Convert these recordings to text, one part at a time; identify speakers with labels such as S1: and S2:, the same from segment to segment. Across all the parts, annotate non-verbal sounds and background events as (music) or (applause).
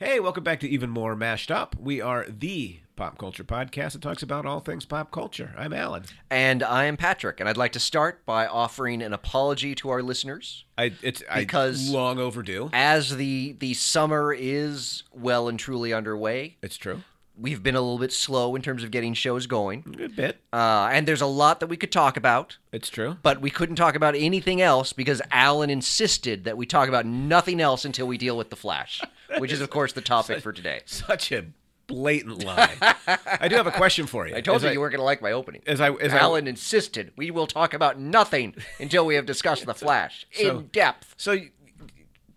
S1: Hey, welcome back to Even More Mashed Up. We are the pop culture podcast that talks about all things pop culture. I'm Alan.
S2: And I am Patrick, and I'd like to start by offering an apology to our listeners.
S1: I it's
S2: Because-
S1: I, long overdue.
S2: As the the summer is well and truly underway,
S1: It's true.
S2: we've been a little bit slow in terms of getting shows going.
S1: A good bit.
S2: Uh, and there's a lot that we could talk about,
S1: It's true.
S2: but we couldn't talk about anything else because Alan insisted that we talk about nothing else until we deal with the (laughs) Flash, which is of course the topic for today.
S1: Such a blatant lie. (laughs) I do have a question for you.
S2: I told
S1: As
S2: you you weren't going to like my opening.
S1: as I as
S2: Alan
S1: I,
S2: insisted we will talk about nothing until we have discussed (laughs) the Flash
S1: So-
S2: in depth.
S1: so you-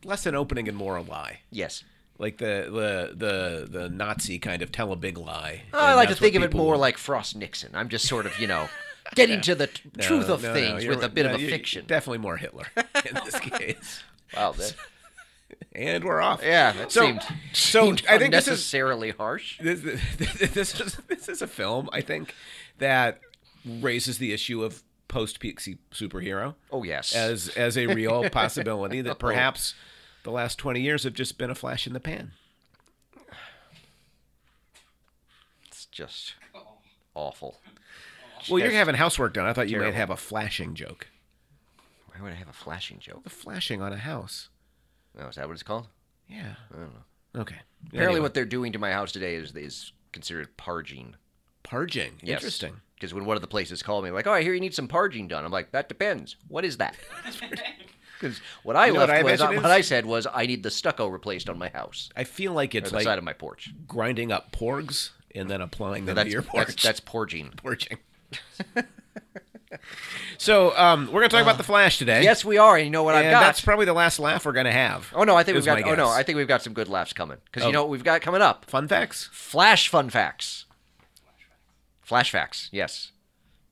S1: less an opening and more a lie.
S2: Yes.
S1: Like the the the the Nazi kind of tell a big lie.
S2: Oh, I
S1: And
S2: like to
S1: that's
S2: think of
S1: what
S2: it
S1: people-
S2: more like Frost Nixon. I'm just sort of, you know, getting to the t-
S1: (laughs) No,
S2: truth of
S1: no, no,
S2: things
S1: you're
S2: with a
S1: right.
S2: bit
S1: No,
S2: of a
S1: you're
S2: fiction.
S1: Definitely more Hitler in
S2: (laughs)
S1: this case. (laughs)
S2: wow, that,
S1: And we're off.
S2: yeah, that
S1: So,
S2: seemed
S1: so I think this is
S2: unnecessarily harsh.
S1: this, this, (laughs) this is this is a film I think that raises the issue of post peak superhero
S2: Oh yes,
S1: as as a
S2: (laughs)
S1: real possibility that perhaps the last 20 years have just been a flash in the pan.
S2: it's just awful.
S1: Well, you're having housework done. I thought you might
S2: Terrible.
S1: have a flashing joke.
S2: Why would I have a flashing joke?
S1: The flashing on a house.
S2: Oh, is that what it's called?
S1: Yeah. I don't know. Okay.
S2: Apparently,
S1: Anyway,
S2: what they're doing to my house today is is considered parging.
S1: parging. Interesting.
S2: Because when one of the places called me, like, "Oh, I hear you need some parging done," I'm like, "That depends. What is that?" (laughs) Because what I
S1: You know what
S2: left
S1: I
S2: was
S1: imagine is?
S2: what I said was I need the stucco replaced on my house.
S1: I feel like
S2: or
S1: it's
S2: the
S1: like
S2: side of my porch.
S1: grinding up porgs and then applying them
S2: That's,
S1: to your porch.
S2: that's that's porging.
S1: porching. (laughs) so um, we're gonna talk about the Flash today.
S2: Uh, Yes, we are. And you know what
S1: and
S2: I've got?
S1: that's probably the last laugh we're gonna have.
S2: oh no, I think we've
S1: is
S2: got.
S1: my
S2: Oh no,
S1: guess.
S2: I think we've got some good laughs coming. Because
S1: Oh.
S2: you know what we've got coming up?
S1: Fun facts.
S2: Flash fun facts. Flash facts. Yes.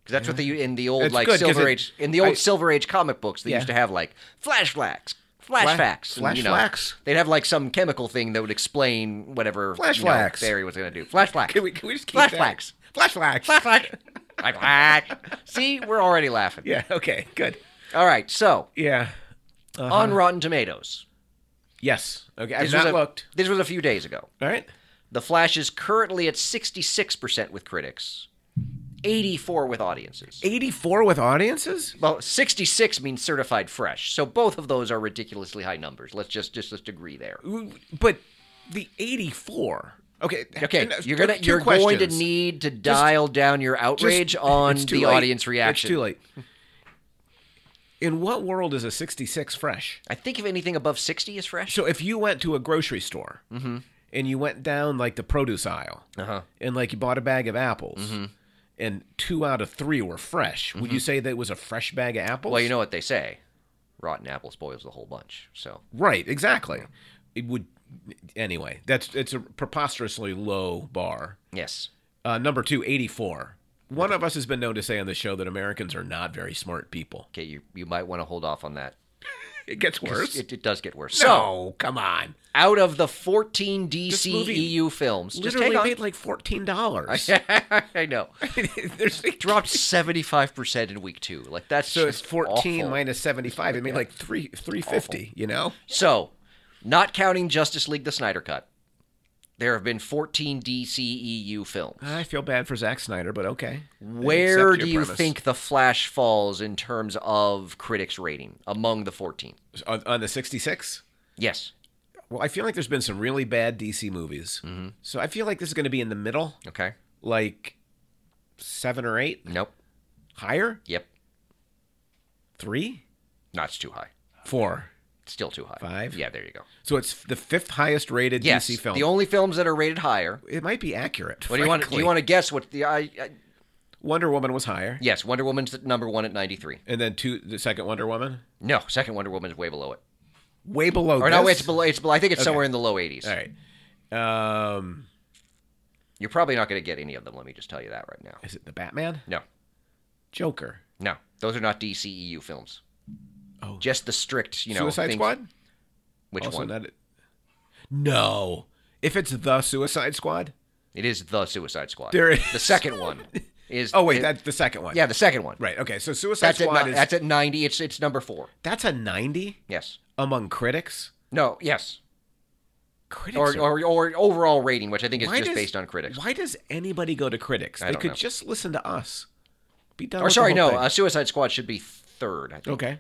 S2: Because that's what they in the old
S1: It's
S2: like
S1: good, 'cause
S2: Silver
S1: it-
S2: Age in the old
S1: I-
S2: Silver Age comic books they
S1: Yeah.
S2: used to have like flash facts. Flash
S1: Fla-
S2: facts. and,
S1: flash
S2: you know,
S1: facts? (laughs)
S2: They'd have like some chemical thing that would explain whatever
S1: Flash
S2: you know,
S1: facts.
S2: Barry was gonna do. Flash facts.
S1: Can we, can we just keep
S2: Flash
S1: that?
S2: facts.
S1: Flash facts.
S2: Flash facts. Flash facts. See, we're already laughing.
S1: Yeah. Okay. Good.
S2: All right, so
S1: Yeah.
S2: on Rotten Tomatoes.
S1: Yes. Okay. I've
S2: This
S1: Uh-huh. not
S2: was a,
S1: looked.
S2: This was a few days ago.
S1: All right.
S2: The Flash is currently at 66% with critics, 84 with audiences.
S1: Eighty-four with audiences.
S2: Well, 66 means certified fresh. So both of those are ridiculously high numbers. Let's just just just agree there.
S1: Ooh, But the eighty-four. Okay.
S2: Okay,
S1: and, uh,
S2: you're gonna
S1: two
S2: you're going to
S1: questions.
S2: need to dial down your
S1: Just-
S2: outrage on
S1: it's too
S2: the
S1: late.
S2: audience reaction.
S1: It's too late. (laughs) In what world is a sixty-six fresh?
S2: I think if anything above 60 is fresh.
S1: So if you went to a grocery store and you went down like the produce aisle
S2: Mm-hmm. Uh-huh. Mm-hmm.
S1: and like you bought a bag of apples and two out of three were fresh, would you say that it was a fresh bag of apples?
S2: Well, you know what they say. Rotten apple spoils the whole bunch. So
S1: right, exactly. It would anyway. That's it's a preposterously low bar.
S2: yes.
S1: Uh, number two, 84. One of us has been known to say on the show that Americans are not very smart people.
S2: Okay, you you might want to hold off on that.
S1: It gets worse.
S2: It, it does get worse. So
S1: no, come on.
S2: out of the 14
S1: This
S2: DC
S1: movie
S2: EU E films. Just
S1: Literally
S2: hang on.
S1: made like fourteen (laughs) dollars.
S2: (laughs) I know.
S1: There's like
S2: Dropped 75% in week two. Like, that's
S1: So it's
S2: just
S1: 14
S2: awful.
S1: minus 75. It made like 3 350, you know?
S2: So, not counting Justice League the Snyder Cut, there have been 14 DC EU E films.
S1: I feel bad for Zack Snyder, but okay. I
S2: Where
S1: accept
S2: do you
S1: your premise.
S2: think The Flash falls in terms of critics' rating among the 14?
S1: on, on the 66?
S2: Yes.
S1: Well, I feel like there's been some really bad DC movies.
S2: Mm-hmm.
S1: So I feel like this is going to be in the middle,
S2: Okay.
S1: like 7 or 8,
S2: Nope.
S1: higher?
S2: Yep.
S1: 3,
S2: Not too high.
S1: 4.
S2: Still too high.
S1: Five?
S2: Yeah, there you go.
S1: So it's the fifth highest rated
S2: Yes.
S1: DC film.
S2: The only films that are rated higher.
S1: it might be accurate.
S2: What do you want? Do you want to guess what the? I, I
S1: Wonder Woman was higher.
S2: yes, Wonder Woman's at number one at ninety three.
S1: And then two the second Wonder Woman
S2: No, second Wonder Woman's way below it.
S1: way below
S2: Or no,
S1: Oh, this?
S2: it's below. It's below. I think it's somewhere in the low eighties.
S1: All right. Um
S2: You're probably not going to get any of them. Let me just tell you that right now.
S1: is it the Batman?
S2: No,
S1: Joker.
S2: no, those are not DCEU films.
S1: Oh.
S2: just the strict, you know,
S1: Suicide
S2: things-
S1: Squad?
S2: Which
S1: Also
S2: one?
S1: not it- No. If it's the Suicide Squad,
S2: It is the Suicide Squad.
S1: There is-
S2: The second one is.
S1: (laughs) oh wait,
S2: it-
S1: that's the second one.
S2: yeah, the second one.
S1: right. Okay, so Suicide
S2: That's at
S1: Squad
S2: ni-
S1: is
S2: that's at ninety. It's it's number four.
S1: that's a ninety
S2: Yes.
S1: among critics.
S2: No. Yes.
S1: critics
S2: or,
S1: are-
S2: or, or overall rating, which I think is
S1: why
S2: just
S1: does-
S2: based on critics.
S1: Why does anybody go to critics?
S2: I
S1: they
S2: don't
S1: could
S2: know.
S1: just listen to us. Be done.
S2: Or
S1: with the
S2: sorry,
S1: whole
S2: no,
S1: thing.
S2: uh, Suicide Squad should be third. I think.
S1: okay.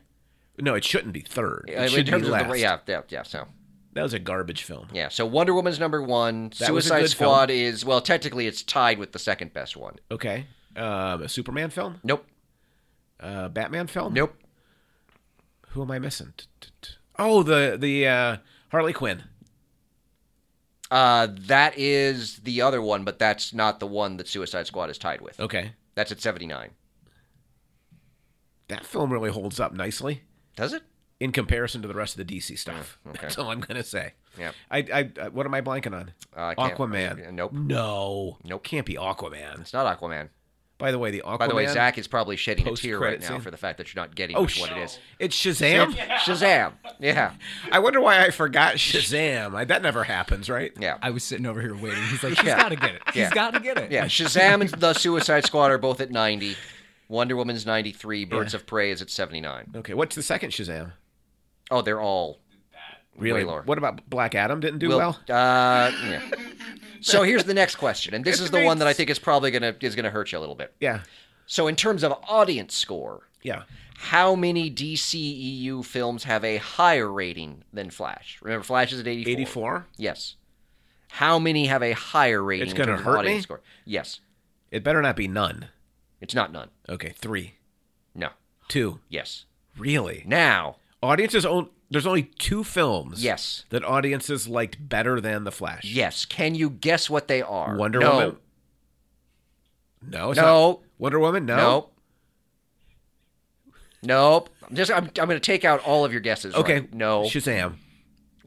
S1: No, it shouldn't be third. It
S2: Uh,
S1: should be
S2: of
S1: last.
S2: the yeah, yeah, yeah. So
S1: That was a garbage film.
S2: yeah, so Wonder Woman's number one.
S1: That was a
S2: Suicide
S1: good film.
S2: Squad is well, technically it's tied with the second best one.
S1: Okay. Um, a Superman film?
S2: Nope,
S1: Uh, Batman film?
S2: nope.
S1: Who am I missing? T- t- t- Oh, the the uh, Harley Quinn.
S2: Uh, that is the other one, but that's not the one that Suicide Squad is tied with.
S1: Okay.
S2: That's at seventy nine.
S1: That film really holds up nicely
S2: Does it?
S1: in comparison to the rest of the DC stuff.
S2: Mm,
S1: (laughs)
S2: okay.
S1: That's all I'm gonna say.
S2: Yeah.
S1: I, I, I what am I blanking on?
S2: Uh, I can't-
S1: Aquaman.
S2: Nope.
S1: No.
S2: Nope.
S1: Can't be Aquaman.
S2: It's not Aquaman.
S1: By the way, the Aquaman.
S2: By the way, Zach is probably shedding a tear right
S1: Post-credit
S2: now
S1: scene.
S2: for the fact that you're not getting
S1: Oh,
S2: which
S1: sh-
S2: one it is.
S1: It's Shazam.
S2: Shazam! Yeah,
S1: (laughs) I wonder why I forgot Shazam. I, that never happens, right?
S2: yeah,
S3: I was sitting over here waiting.
S2: (laughs)
S3: He's like, he's
S2: Yeah.
S3: got to get it. He's
S2: Yeah.
S3: got to get
S1: (laughs)
S3: it.
S2: yeah. Shazam and the Suicide Squad are both at ninety. Wonder Woman's ninety three. Birds of Prey is at seventy nine.
S1: Okay. What's the second Shazam?
S2: Oh, they're all
S1: Really?
S2: Way lower.
S1: What about Black Adam? Didn't do
S2: Will-
S1: well.
S2: Uh, yeah. So here's the next question, and this
S1: It
S2: is the one that I
S1: means-
S2: think is probably gonna is gonna hurt you a little bit.
S1: Yeah.
S2: So in terms of audience score,
S1: Yeah.
S2: how many DCEU films have a higher rating than Flash? Remember, Flash is at 84.
S1: 84?
S2: Yes. How many have a higher rating
S1: It's
S2: in
S1: gonna
S2: terms of
S1: hurt
S2: audience
S1: me?
S2: score? Yes.
S1: It better not be none.
S2: It's not none.
S1: Okay, three,
S2: No.
S1: two.
S2: Yes.
S1: Really?
S2: Now,
S1: Audiences own. There's only two films.
S2: yes.
S1: That audiences liked better than The Flash.
S2: Yes. Can you guess what they are?
S1: Wonder
S2: No.
S1: Woman. No. It's
S2: No.
S1: Not. Wonder Woman. No.
S2: Nope. Nope. I'm just I'm, I'm going to take out all of your guesses. right?
S1: Okay.
S2: No.
S1: Shazam.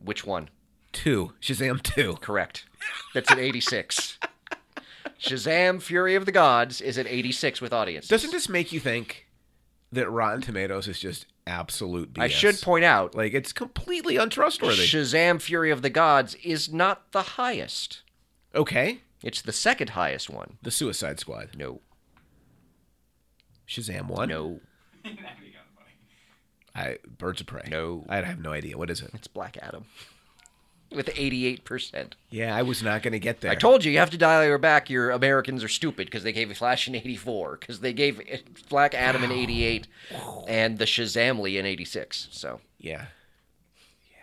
S2: Which one?
S1: Two. Shazam. Two.
S2: Correct. That's at 86. (laughs) Shazam: Fury of the Gods is at 86 with audience.
S1: Doesn't this make you think that Rotten Tomatoes is just absolute BS?
S2: I should point out
S1: like it's completely untrustworthy.
S2: Shazam: Fury of the Gods is not the highest.
S1: okay.
S2: It's the second highest one.
S1: The Suicide Squad.
S2: No.
S1: Shazam one.
S2: No.
S1: I Birds of Prey.
S2: No.
S1: I have no idea. What is it?
S2: It's Black Adam. (laughs) With 88%.
S1: Yeah, I was not going to get there.
S2: I told you, you have to dial your back. Your Americans are stupid because they gave Flash an 84, because they gave Black Adam an 88, and the Shazamly an 86. So,
S1: Yeah. Yeah.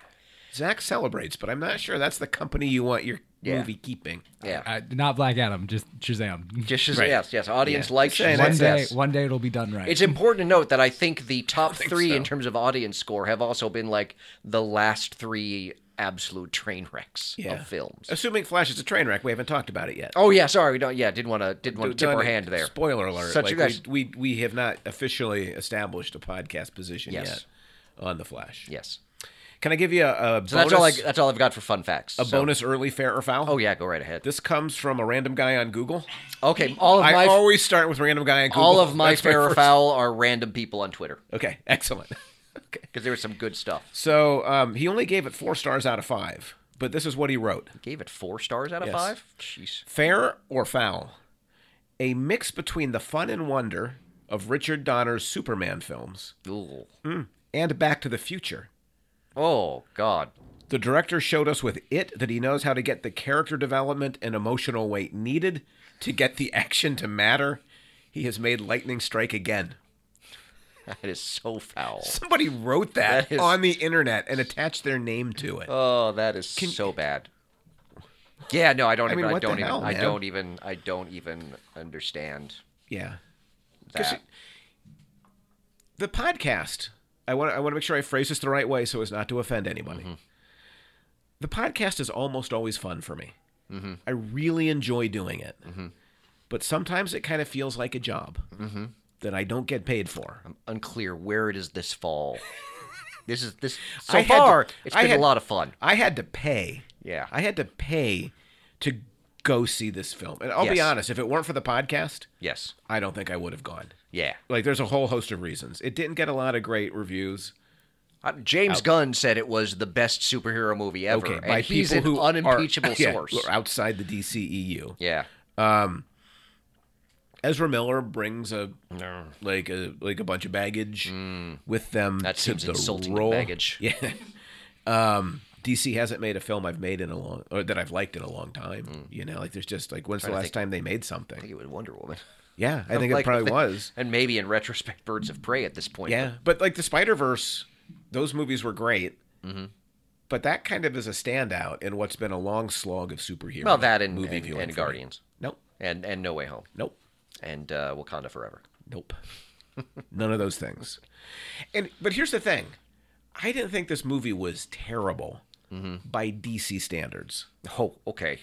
S1: Zach celebrates, but I'm not sure that's the company you want your
S2: Yeah.
S1: movie keeping.
S2: yeah.
S3: Uh, not Black Adam, just Shazam.
S2: Just Shazam.
S1: Right.
S2: Yes, yes. Audience likes
S1: Saying
S2: Shazam.
S3: one day,
S2: yes.
S3: one day it'll be done right.
S2: It's important to note that I think the top
S1: think
S2: three in
S1: so.
S2: terms of audience score have also been like the last three absolute train wrecks
S1: Yeah.
S2: of films.
S1: Assuming Flash is a train wreck, we haven't talked about it yet.
S2: Oh yeah, sorry, we don't. Yeah, didn't want to didn't want to Oh, tip
S1: Done-
S2: our hand there.
S1: Spoiler alert.
S2: Such
S1: like,
S2: a guys-
S1: we, we we have not officially established a podcast position
S2: Yes.
S1: yet on the Flash.
S2: Yes.
S1: Can I give you a, a bonus,
S2: So that's all. I, that's all I've got for fun facts.
S1: a
S2: So-
S1: bonus early fair or foul?
S2: Oh yeah, go right ahead.
S1: This comes from a random guy on Google.
S2: Okay, all of
S1: I
S2: my
S1: always start with random guy on Google.
S2: all of my
S1: That's
S2: fair or
S1: first-
S2: foul are random people on Twitter
S1: Okay, excellent. okay.
S2: because there was some good stuff.
S1: So um, he only gave it four stars out of five, but this is what he wrote.
S2: Gave it four stars out of
S1: Yes.
S2: five. Jeez.
S1: Fair or foul? A mix between the fun and wonder of Richard Donner's Superman films
S2: Ooh.
S1: and Back to the Future.
S2: Oh God. (laughs)
S1: The director showed us with it that he knows how to get the character development and emotional weight needed to get the (laughs) action to matter. He has made lightning strike again.
S2: That is so foul.
S1: Somebody wrote that,
S2: That is-
S1: on the internet and attached their name to it.
S2: Oh, that is so bad. Yeah, no, I don't
S1: I
S2: even.
S1: mean,
S2: I,
S1: what the
S2: don't even.
S1: hell,
S2: I
S1: man?
S2: don't even. I don't even understand
S1: yeah. 'Cause
S2: that.
S1: it- the podcast i want i want to make sure i phrase this the right way so as not to offend anybody
S2: Mm-hmm.
S1: the podcast is almost always fun for me
S2: Mm-hmm.
S1: i really enjoy doing it but sometimes it kind of feels like a job
S2: Mm-hmm.
S1: that i don't get paid for
S2: unclear where it is this fall.
S1: (laughs)
S2: this is this so
S1: I had to-
S2: far. it's
S1: I
S2: been
S1: had-
S2: a lot of fun.
S1: i had to pay
S2: Yeah.
S1: i had to pay to go see this film and i'll be
S2: Yes.
S1: honest if it weren't for the podcast
S2: Yes.
S1: i don't think i would have gone
S2: Yeah.
S1: like there's a whole host of reasons it didn't get a lot of great reviews
S2: Uh, James Gunn said it was the best superhero movie ever,
S1: okay by
S2: and he's an
S1: people who
S2: unimpeachable
S1: are, (laughs) yeah,
S2: source.
S1: who are outside the E DCEU.
S2: Yeah.
S1: Ezra Miller brings a like a like a bunch of baggage with them
S2: Hmm. That
S1: to
S2: seems
S1: the (laughs)
S2: insulting to
S1: role.
S2: baggage.
S1: Yeah. um, DC hasn't made a film I've made in a long or that I've liked in a long time. You know, like there's just like when's the
S2: Hmm. Trying to
S1: last
S2: think.
S1: time they made
S2: I
S1: something?
S2: think it was Wonder Woman.
S1: Yeah, I think
S2: (laughs) Like,
S1: it probably
S2: think-
S1: was.
S2: And maybe in retrospect, Birds of Prey at this point.
S1: Yeah, but like the Spider Verse, those movies were great.
S2: Mm-hmm.
S1: But that kind of is a standout in what's been a long slog of superhero.
S2: Well, that and, and,
S1: viewing
S2: and
S1: for me.
S2: Guardians.
S1: Nope,
S2: And, and No Way Home.
S1: nope,
S2: And uh, Wakanda Forever.
S1: nope. None of those things. And but here's the thing, I didn't think this movie was terrible
S2: Mm-hmm.
S1: by DC standards.
S2: Oh, okay.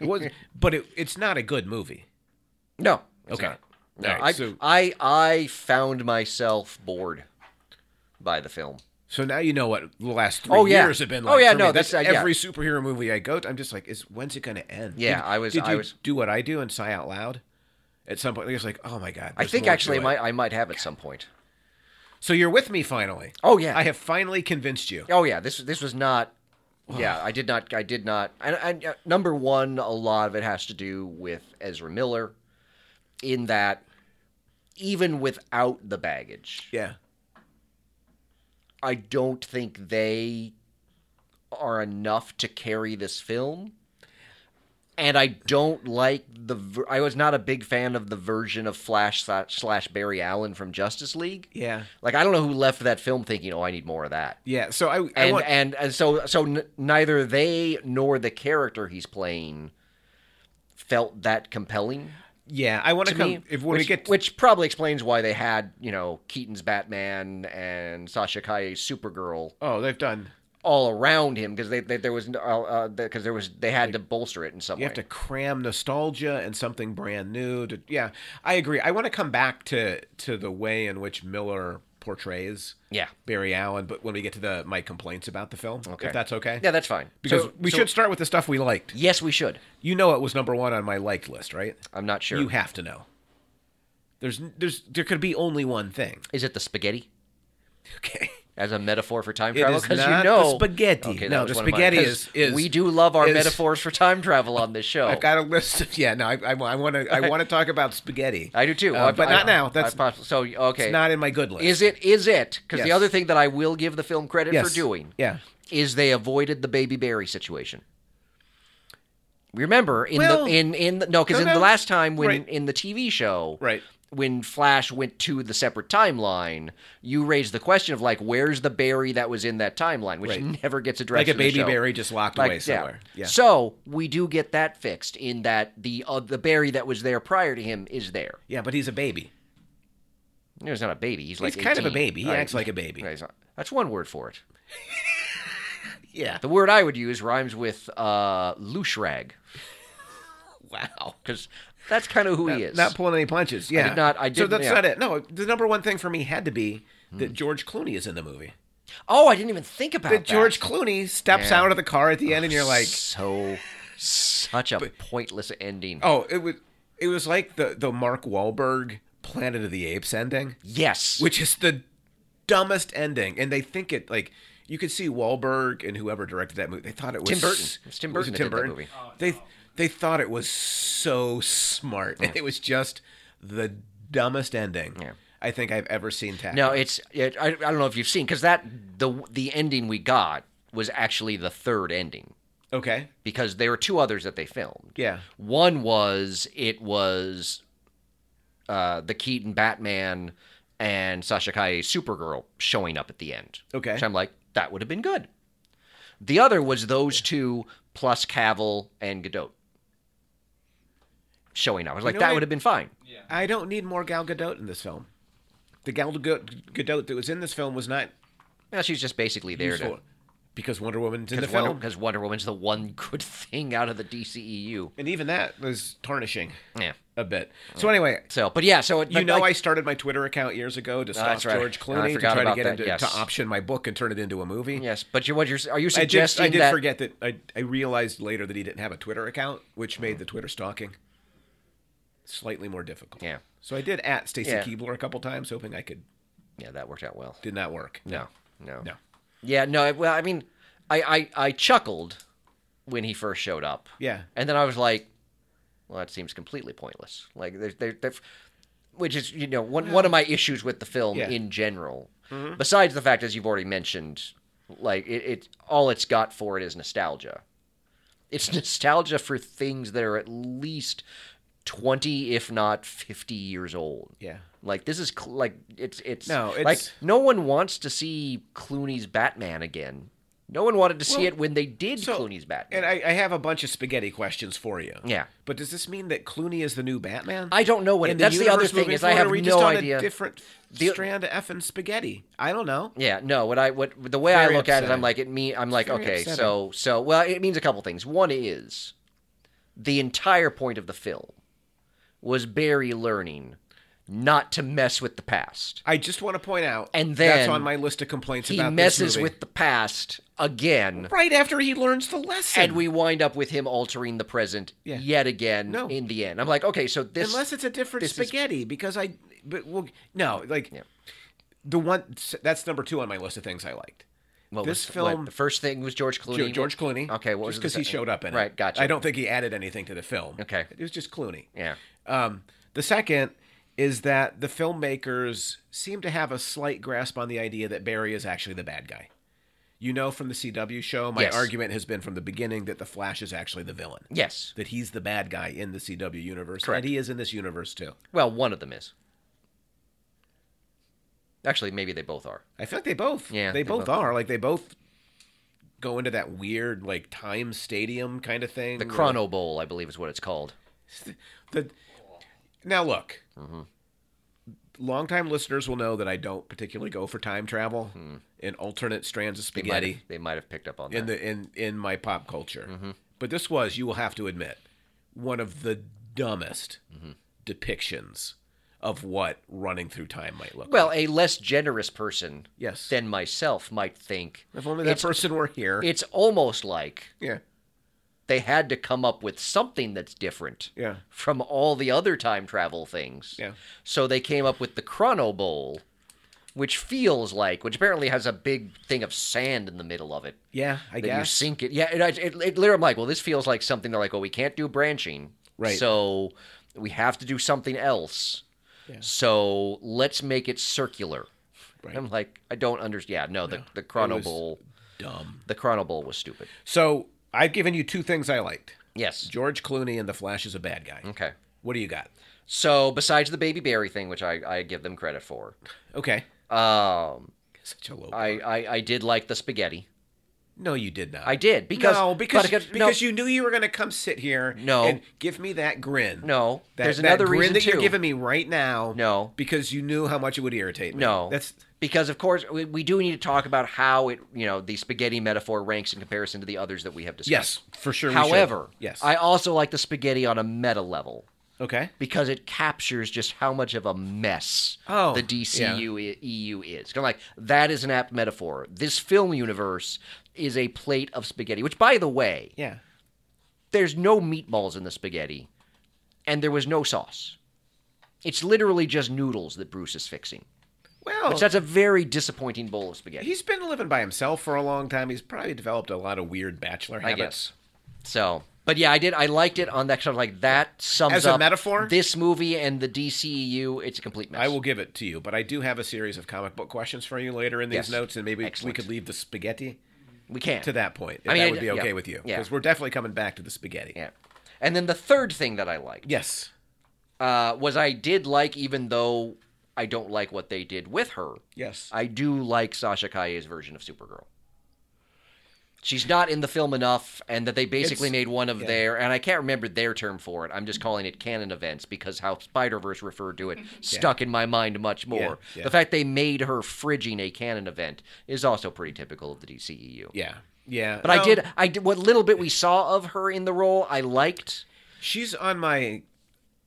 S1: It
S2: (laughs)
S1: was, but it, it's not a good movie.
S2: No. it's
S1: Okay.
S2: not. No,
S1: All right,
S2: I,
S1: so-
S2: I I found myself bored by the film.
S1: So now you know what the last three
S2: Oh, yeah.
S1: years have been
S2: Oh,
S1: like.
S2: yeah,
S1: for
S2: no,
S1: me. that's
S2: this- uh, yeah.
S1: every superhero movie I go to. I'm just like, is when's it going to end?
S2: Yeah,
S1: Did-
S2: I was-
S1: Did
S2: I
S1: you
S2: was-
S1: do what I do and sigh out loud? At some point, it's like, oh my god.
S2: I
S1: there's
S2: think
S1: more
S2: actually
S1: to
S2: I
S1: it.
S2: might I might have at some point.
S1: So you're with me finally.
S2: Oh yeah.
S1: I have finally convinced you.
S2: Oh yeah, this this was not. Yeah, I did not. I did not. And, and uh, number one, a lot of it has to do with Ezra Miller, in that even without the baggage,
S1: Yeah.
S2: I don't think they are enough to carry this film. And I don't like the. ver- I was not a big fan of the version of Flash slash slash Barry Allen from Justice League.
S1: Yeah.
S2: Like I don't know who left that film thinking, "Oh, I need more of that."
S1: Yeah. So I, I
S2: and
S1: want.
S2: and and so so n- neither they nor the character he's playing felt that compelling
S1: yeah, I want
S2: to
S1: to come.
S2: me.
S1: um, if when
S2: which,
S1: we get,
S2: which probably explains why they had you know Keaton's Batman and Sasha Kaye's Supergirl
S1: oh, they've done.
S2: all around him because they, they there was because uh, because there was they had to bolster it in some
S1: You
S2: way.
S1: have to cram nostalgia and something brand new. To, yeah, I agree. I want to come back to to the way in which Miller portrays.
S2: yeah,
S1: Barry Allen, but when we get to the my complaints about the film,
S2: Okay.
S1: if that's okay.
S2: yeah, that's fine.
S1: because
S2: So-
S1: we
S2: so-
S1: should start with the stuff we liked.
S2: Yes, we should.
S1: You know, it was number one on my liked list, right?
S2: I'm not sure.
S1: You have to know. There's there's there could be only one thing. (laughs)
S2: Is it the spaghetti
S1: Okay.
S2: as a metaphor for time
S1: It
S2: travel?
S1: is
S2: Because you
S1: not the
S2: know
S1: spaghetti.
S2: Okay, that
S1: No,
S2: was
S1: the
S2: one of mine,
S1: spaghetti
S2: 'cause
S1: is- is-
S2: we do love our
S1: is-
S2: metaphors for time travel on this show.
S1: I've got a list of yeah. No, I I want to I want to talk about spaghetti.
S2: (laughs) I do too.
S1: Uh,
S2: I-
S1: but
S2: I-
S1: not now.
S2: I
S1: That's
S2: poss- so okay.
S1: it's not in my good list.
S2: is it? Is it? Because the
S1: Yes.
S2: other thing that I will give the film credit
S1: yes.
S2: for doing
S1: Yeah.
S2: is they avoided the baby Barry situation. Remember in
S1: Well-
S2: the in in the, no because
S1: No,
S2: in
S1: no.
S2: the last time when
S1: Right.
S2: in the TV show
S1: Right.
S2: when Flash went to the separate timeline you raised the question of like where's the Barry that was in that timeline which
S1: Right.
S2: never gets addressed
S1: Like a
S2: in the
S1: baby
S2: show.
S1: Barry just locked
S2: Like,
S1: away somewhere. Yeah.
S2: So we do get that fixed in that the uh, the Barry that was there prior to him is there.
S1: Yeah, but he's a baby.
S2: No, He's not a baby. He's like
S1: He's kind of a
S2: 18.
S1: baby. He
S2: Right.
S1: acts like a baby.
S2: Right, he's not- That's one word for it.
S1: Yeah.
S2: The word I would use rhymes with uh,
S1: (laughs)
S2: louche rag. wow, because that's kind of who he is.
S1: Not pulling any punches. Yeah. Hmm.
S2: did not- I
S1: So
S2: didn't-
S1: that's
S2: yeah.
S1: not it. No, the number one thing for me had to be that George Clooney is in the movie.
S2: oh, I didn't even think about
S1: That
S2: that.
S1: George Clooney steps
S2: Yeah.
S1: out of the car at the end, and you're like,
S2: so
S1: (laughs)
S2: such a pointless ending.
S1: oh, it was it was like the the Mark Wahlberg Planet of the Apes ending,
S2: yes,
S1: which is the dumbest ending, and they think it like. You could see Wahlberg and whoever directed that movie. They thought it was
S2: Tim Burton. It was Tim
S1: was
S2: Burton
S1: it
S2: that
S1: Tim
S2: did that
S1: Burton.
S2: movie.
S1: They they thought it was so smart, (laughs) and it was just the dumbest ending
S2: Yeah.
S1: I think I've ever seen. Tackled.
S2: No, it's it, I, I don't know if you've seen because that the the ending we got was actually the third ending
S1: Okay.
S2: because there were two others that they filmed.
S1: Yeah.
S2: One was it was uh, the Keaton Batman and Sasha Kaye Supergirl showing up at the end.
S1: Okay.
S2: which I'm like that would have been good. The other was those two plus Cavill and Godot showing up. I was like
S1: know
S2: that
S1: what?
S2: would have been fine.
S1: I don't need more Gal Gadot in this film. The Gal Gadot Gadot that was in this film was not
S2: Now she's just basically there to
S1: useful because Wonder Woman's in the
S2: because
S1: film,
S2: Wonder, Woman's the one (laughs) good thing out of the DCEU.
S1: and even that was tarnishing
S2: Yeah.
S1: a bit. So anyway,
S2: So, but yeah, so it,
S1: you know I started my Twitter account years ago to stop
S2: that's right.
S1: George
S2: And I
S1: Clooney to
S2: forgot
S1: try to
S2: about
S1: get
S2: that,
S1: him to,
S2: yes.
S1: to option my book and turn it into a movie.
S2: yes, but you're what you're are you
S1: I did,
S2: suggesting
S1: I did
S2: that
S1: forget that I, I realized later that he didn't have a Twitter account, which made the Twitter stalking slightly more difficult.
S2: Yeah.
S1: So I did at Stacy
S2: Yeah.
S1: Keebler a couple times, hoping I could.
S2: yeah that worked out well.
S1: Did not work.
S2: No, no,
S1: No.
S2: Yeah, no. I- Well, I mean, I I, I chuckled when he first showed up.
S1: Yeah.
S2: and then I was like, well, that seems completely pointless. Like there's there there, which is you know one one of my issues with the film
S1: Yeah.
S2: in general. Besides the fact, as you've already mentioned, Like it, it all it's got for it is nostalgia. It's (laughs) nostalgia for things that are at least 20 if not 50 years old.
S1: Yeah.
S2: Like this is cl- like it's it's
S1: No,
S2: like
S1: it's-
S2: no one wants to see Clooney's Batman again. No one wanted to see
S1: Well,
S2: it when they did
S1: so-
S2: Clooney's Batman.
S1: And I, I have a bunch of spaghetti questions for you.
S2: Yeah.
S1: But does this mean that Clooney is the new Batman?
S2: I don't know what
S1: In
S2: it, that's the other
S1: universe
S2: thing
S1: moving
S2: is I
S1: forward,
S2: have
S1: or are we
S2: no
S1: just on
S2: idea.
S1: A different
S2: The-
S1: strand of effing spaghetti. I don't know.
S2: Yeah, no. What I what the way I
S1: Very
S2: look at it, I'm
S1: upsetting.
S2: like it mean I'm like
S1: very
S2: okay,
S1: upsetting.
S2: so so well, it means a couple things. One is the entire point of the film was Barry learning not to mess with the past.
S1: I just want to point out
S2: And
S1: that's
S2: then
S1: on my list of complaints
S2: He
S1: about
S2: messes
S1: this movie.
S2: with the past again,
S1: right after he learns the lesson.
S2: and we wind up with him altering the present
S1: Yeah.
S2: yet again
S1: No.
S2: in the end. I'm like, okay, so this
S1: unless it's a different
S2: this is-
S1: spaghetti because I but well no like
S2: Yeah.
S1: the one that's number two on my list of things I liked.
S2: what
S1: this
S2: was, what,
S1: film-
S2: the first thing was George Clooney.
S1: Ge- George Clooney.
S2: Okay, what was
S1: just
S2: the
S1: because he
S2: second?
S1: showed up in it.
S2: Right, gotcha.
S1: I don't think he added anything to the film.
S2: Okay.
S1: it was just Clooney.
S2: Yeah.
S1: Um, the second is that the filmmakers seem to have a slight grasp on the idea that Barry is actually the bad guy. You know, from the CW show, my
S2: Yes.
S1: argument has been from the beginning that the Flash is actually the villain.
S2: Yes.
S1: That he's the bad guy in the CW universe,
S2: Correct.
S1: and he is in this universe too.
S2: Well, one of them is. Actually, maybe they both are.
S1: I feel like they both,
S2: Yeah,
S1: they,
S2: they
S1: both,
S2: both
S1: are. Like they both go into that weird like time stadium kind of thing.
S2: The
S1: where-
S2: Chrono Bowl, I believe, is what it's called.
S1: The now look,
S2: Mm-hmm.
S1: longtime listeners will know that I don't particularly go for time travel and alternate strands of
S2: Hmm. They might
S1: spaghetti
S2: have, they might have Mm-hmm. picked up on
S1: in
S2: that.
S1: the in in my pop culture. But this was, you will have to admit, one of the dumbest
S2: Mm-hmm.
S1: depictions of what running through time might look.
S2: well,
S1: like.
S2: a less generous person
S1: Yes.
S2: than myself might think
S1: if only that
S2: it's-
S1: person were here.
S2: it's almost like
S1: yeah,
S2: they had to come up with something that's different
S1: yeah,
S2: from all the other time travel things.
S1: yeah.
S2: So they came up with the Chrono Bowl, which feels like, which apparently has a big thing of sand in the middle of it.
S1: Yeah, I
S2: that you
S1: guess.
S2: sink it. Yeah, it, it, it, literally, I'm like, well, this feels like something they're like, well, we can't do branching.
S1: Right.
S2: So we have to do something else.
S1: Yeah.
S2: So let's make it circular.
S1: Right.
S2: I'm like, I don't understand. Yeah, no, the, the Chrono
S1: was-
S2: Bowl,
S1: Dumb.
S2: the Chrono Bowl was stupid.
S1: So I've given you two things I liked:
S2: Yes.
S1: George Clooney and The Flash is a bad guy.
S2: Okay.
S1: What do you got?
S2: So besides the Baby Barry thing, which I, I give them credit for,
S1: Okay.
S2: um,
S1: Such a low.
S2: I, I, I did like the spaghetti.
S1: no, you did not.
S2: I did because
S1: no, because
S2: but- no,
S1: because you knew you were going to come sit here
S2: No.
S1: and give me that grin.
S2: no.
S1: That,
S2: there's
S1: that
S2: another
S1: grin
S2: reason
S1: that
S2: too.
S1: you're giving me right now.
S2: No.
S1: because you knew how much it would irritate me.
S2: No.
S1: that's
S2: because of course we, we do need to talk about how it you know the spaghetti metaphor ranks in comparison to the others that we have discussed.
S1: yes for sure. we should.
S2: However,
S1: yes,
S2: I also like the spaghetti on a meta level
S1: okay.
S2: because it captures just how much of a mess
S1: Oh,
S2: the DCU i- EU E is. Kind of like that is an apt metaphor. This film universe is a plate of spaghetti, which by the way,
S1: Yeah,
S2: there's no meatballs in the spaghetti and there was no sauce. It's literally just noodles that Bruce is fixing.
S1: well,
S2: Which that's a very disappointing bowl of spaghetti.
S1: he's been living by himself for a long time. He's probably developed a lot of weird bachelor
S2: I
S1: habits.
S2: guess. So, but yeah, I did. I liked it on that kind of like that sums
S1: As a
S2: up
S1: metaphor?
S2: This movie and the DCEU, it's a complete mess.
S1: I will give it to you, but I do have a series of comic book questions for you later in these
S2: Yes.
S1: notes, and maybe
S2: Excellent.
S1: we could leave the spaghetti
S2: We can't.
S1: to that point. If
S2: I mean,
S1: that
S2: I
S1: would
S2: d-
S1: be
S2: yeah,
S1: okay with you,
S2: yeah.
S1: because we're definitely coming back to the spaghetti.
S2: Yeah. And then the third thing that I liked
S1: Yes.
S2: uh, was I did like, even though I don't like what they did with her,
S1: Yes.
S2: I do like Sasha Kaye's version of Supergirl. She's not in the film enough, and that they basically
S1: It's-
S2: made one of
S1: yeah.
S2: their, and I can't remember their term for it. I'm just calling it canon events because how Spider Verse referred
S1: (laughs)
S2: to it stuck in my mind much more.
S1: yeah.
S2: The fact they made her fridging a canon event is also pretty typical of the DCEU.
S1: yeah. Yeah.
S2: But I
S1: No,
S2: did, I did, what little bit we saw of her in the role, I liked.
S1: She's on my.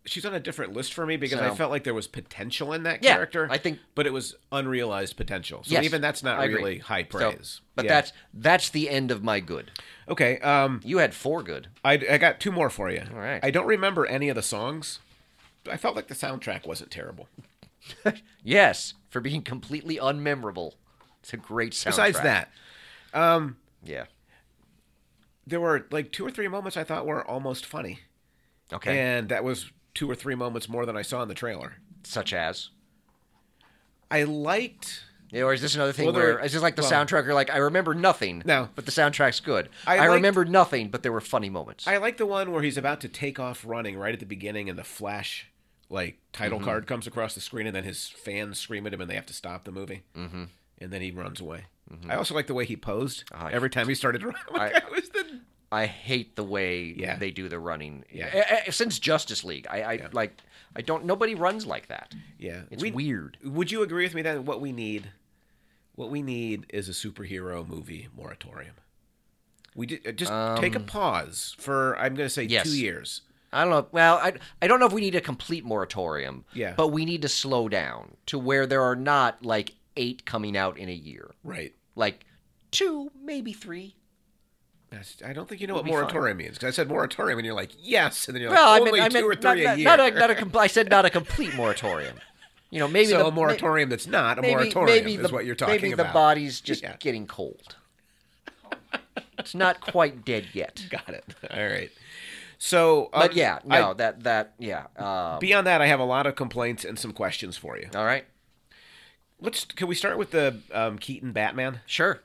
S1: She's on a different list for me because I
S2: So-
S1: felt like there was potential in that
S2: Yeah,
S1: character.
S2: I think-
S1: but it was unrealized potential. So
S2: Yes,
S1: even that's not
S2: I agree.
S1: really high
S2: So,
S1: praise.
S2: but
S1: Yeah.
S2: that's that's the end of my good.
S1: okay. Um,
S2: You had four good.
S1: I, I got two more for you. All
S2: right.
S1: I don't remember any of the songs. but I felt like the soundtrack wasn't terrible.
S2: Yes, for being completely unmemorable. It's a great soundtrack.
S1: Besides that,
S2: yeah.
S1: there were like two or three moments I thought were almost funny,
S2: Okay.
S1: and that was two or three moments more than I saw in the trailer.
S2: Such as
S1: I liked
S2: Yeah, or is this another thing
S1: Well, there
S2: where
S1: were-
S2: it's just like the
S1: well-
S2: soundtrack? You're like, I remember nothing.
S1: No.
S2: but the soundtrack's good.
S1: I
S2: I,
S1: liked-
S2: remember nothing, but there were funny moments.
S1: I like the one where he's about to take off running right at the beginning, and the flash like title
S2: Mm-hmm.
S1: card comes across the screen, and then his fans scream at him, and they have to stop the movie, mm-hmm. and then he runs away. I also like the way he posed
S2: Mm-hmm. Ah,
S1: every time he started (laughs) running.
S2: I-
S1: That was the-
S2: I hate the way
S1: Yeah.
S2: they do the running.
S1: Yeah.
S2: Eh, eh, Since Justice League, I, I like. I don't. Nobody runs like that.
S1: yeah,
S2: It's
S1: We-
S2: weird.
S1: Would you agree with me that what we need, what we need is a superhero movie moratorium? We did, uh, just take a pause for I'm going to say
S2: Um, Yes.
S1: two years.
S2: I don't know. Well, I I don't know if we need a complete moratorium.
S1: Yeah.
S2: But we need to slow down to where there are not like eight coming out in a year.
S1: Right.
S2: Like two, maybe three.
S1: That's- I don't think you know
S2: We'll
S1: what
S2: be fine.
S1: moratorium means because I said moratorium and you're like yes, and then you're like
S2: Well, I
S1: only
S2: mean, I
S1: two
S2: mean,
S1: or three
S2: not,
S1: a year.
S2: not, not a, not a compl- I said not a complete moratorium. You know, maybe
S1: so
S2: the,
S1: a moratorium that's not a
S2: maybe,
S1: moratorium
S2: maybe
S1: is
S2: the,
S1: what you're talking
S2: maybe
S1: about.
S2: the body's just
S1: Yeah.
S2: getting cold. it's not quite dead yet.
S1: (laughs) (laughs) Got it.
S2: (laughs)
S1: All right. So, uh,
S2: But yeah, no,
S1: I-
S2: that that yeah. Um,
S1: beyond that, I have a lot of complaints and some questions for you.
S2: all right,
S1: Let's. Can we start with the um, Keaton Batman?
S2: sure.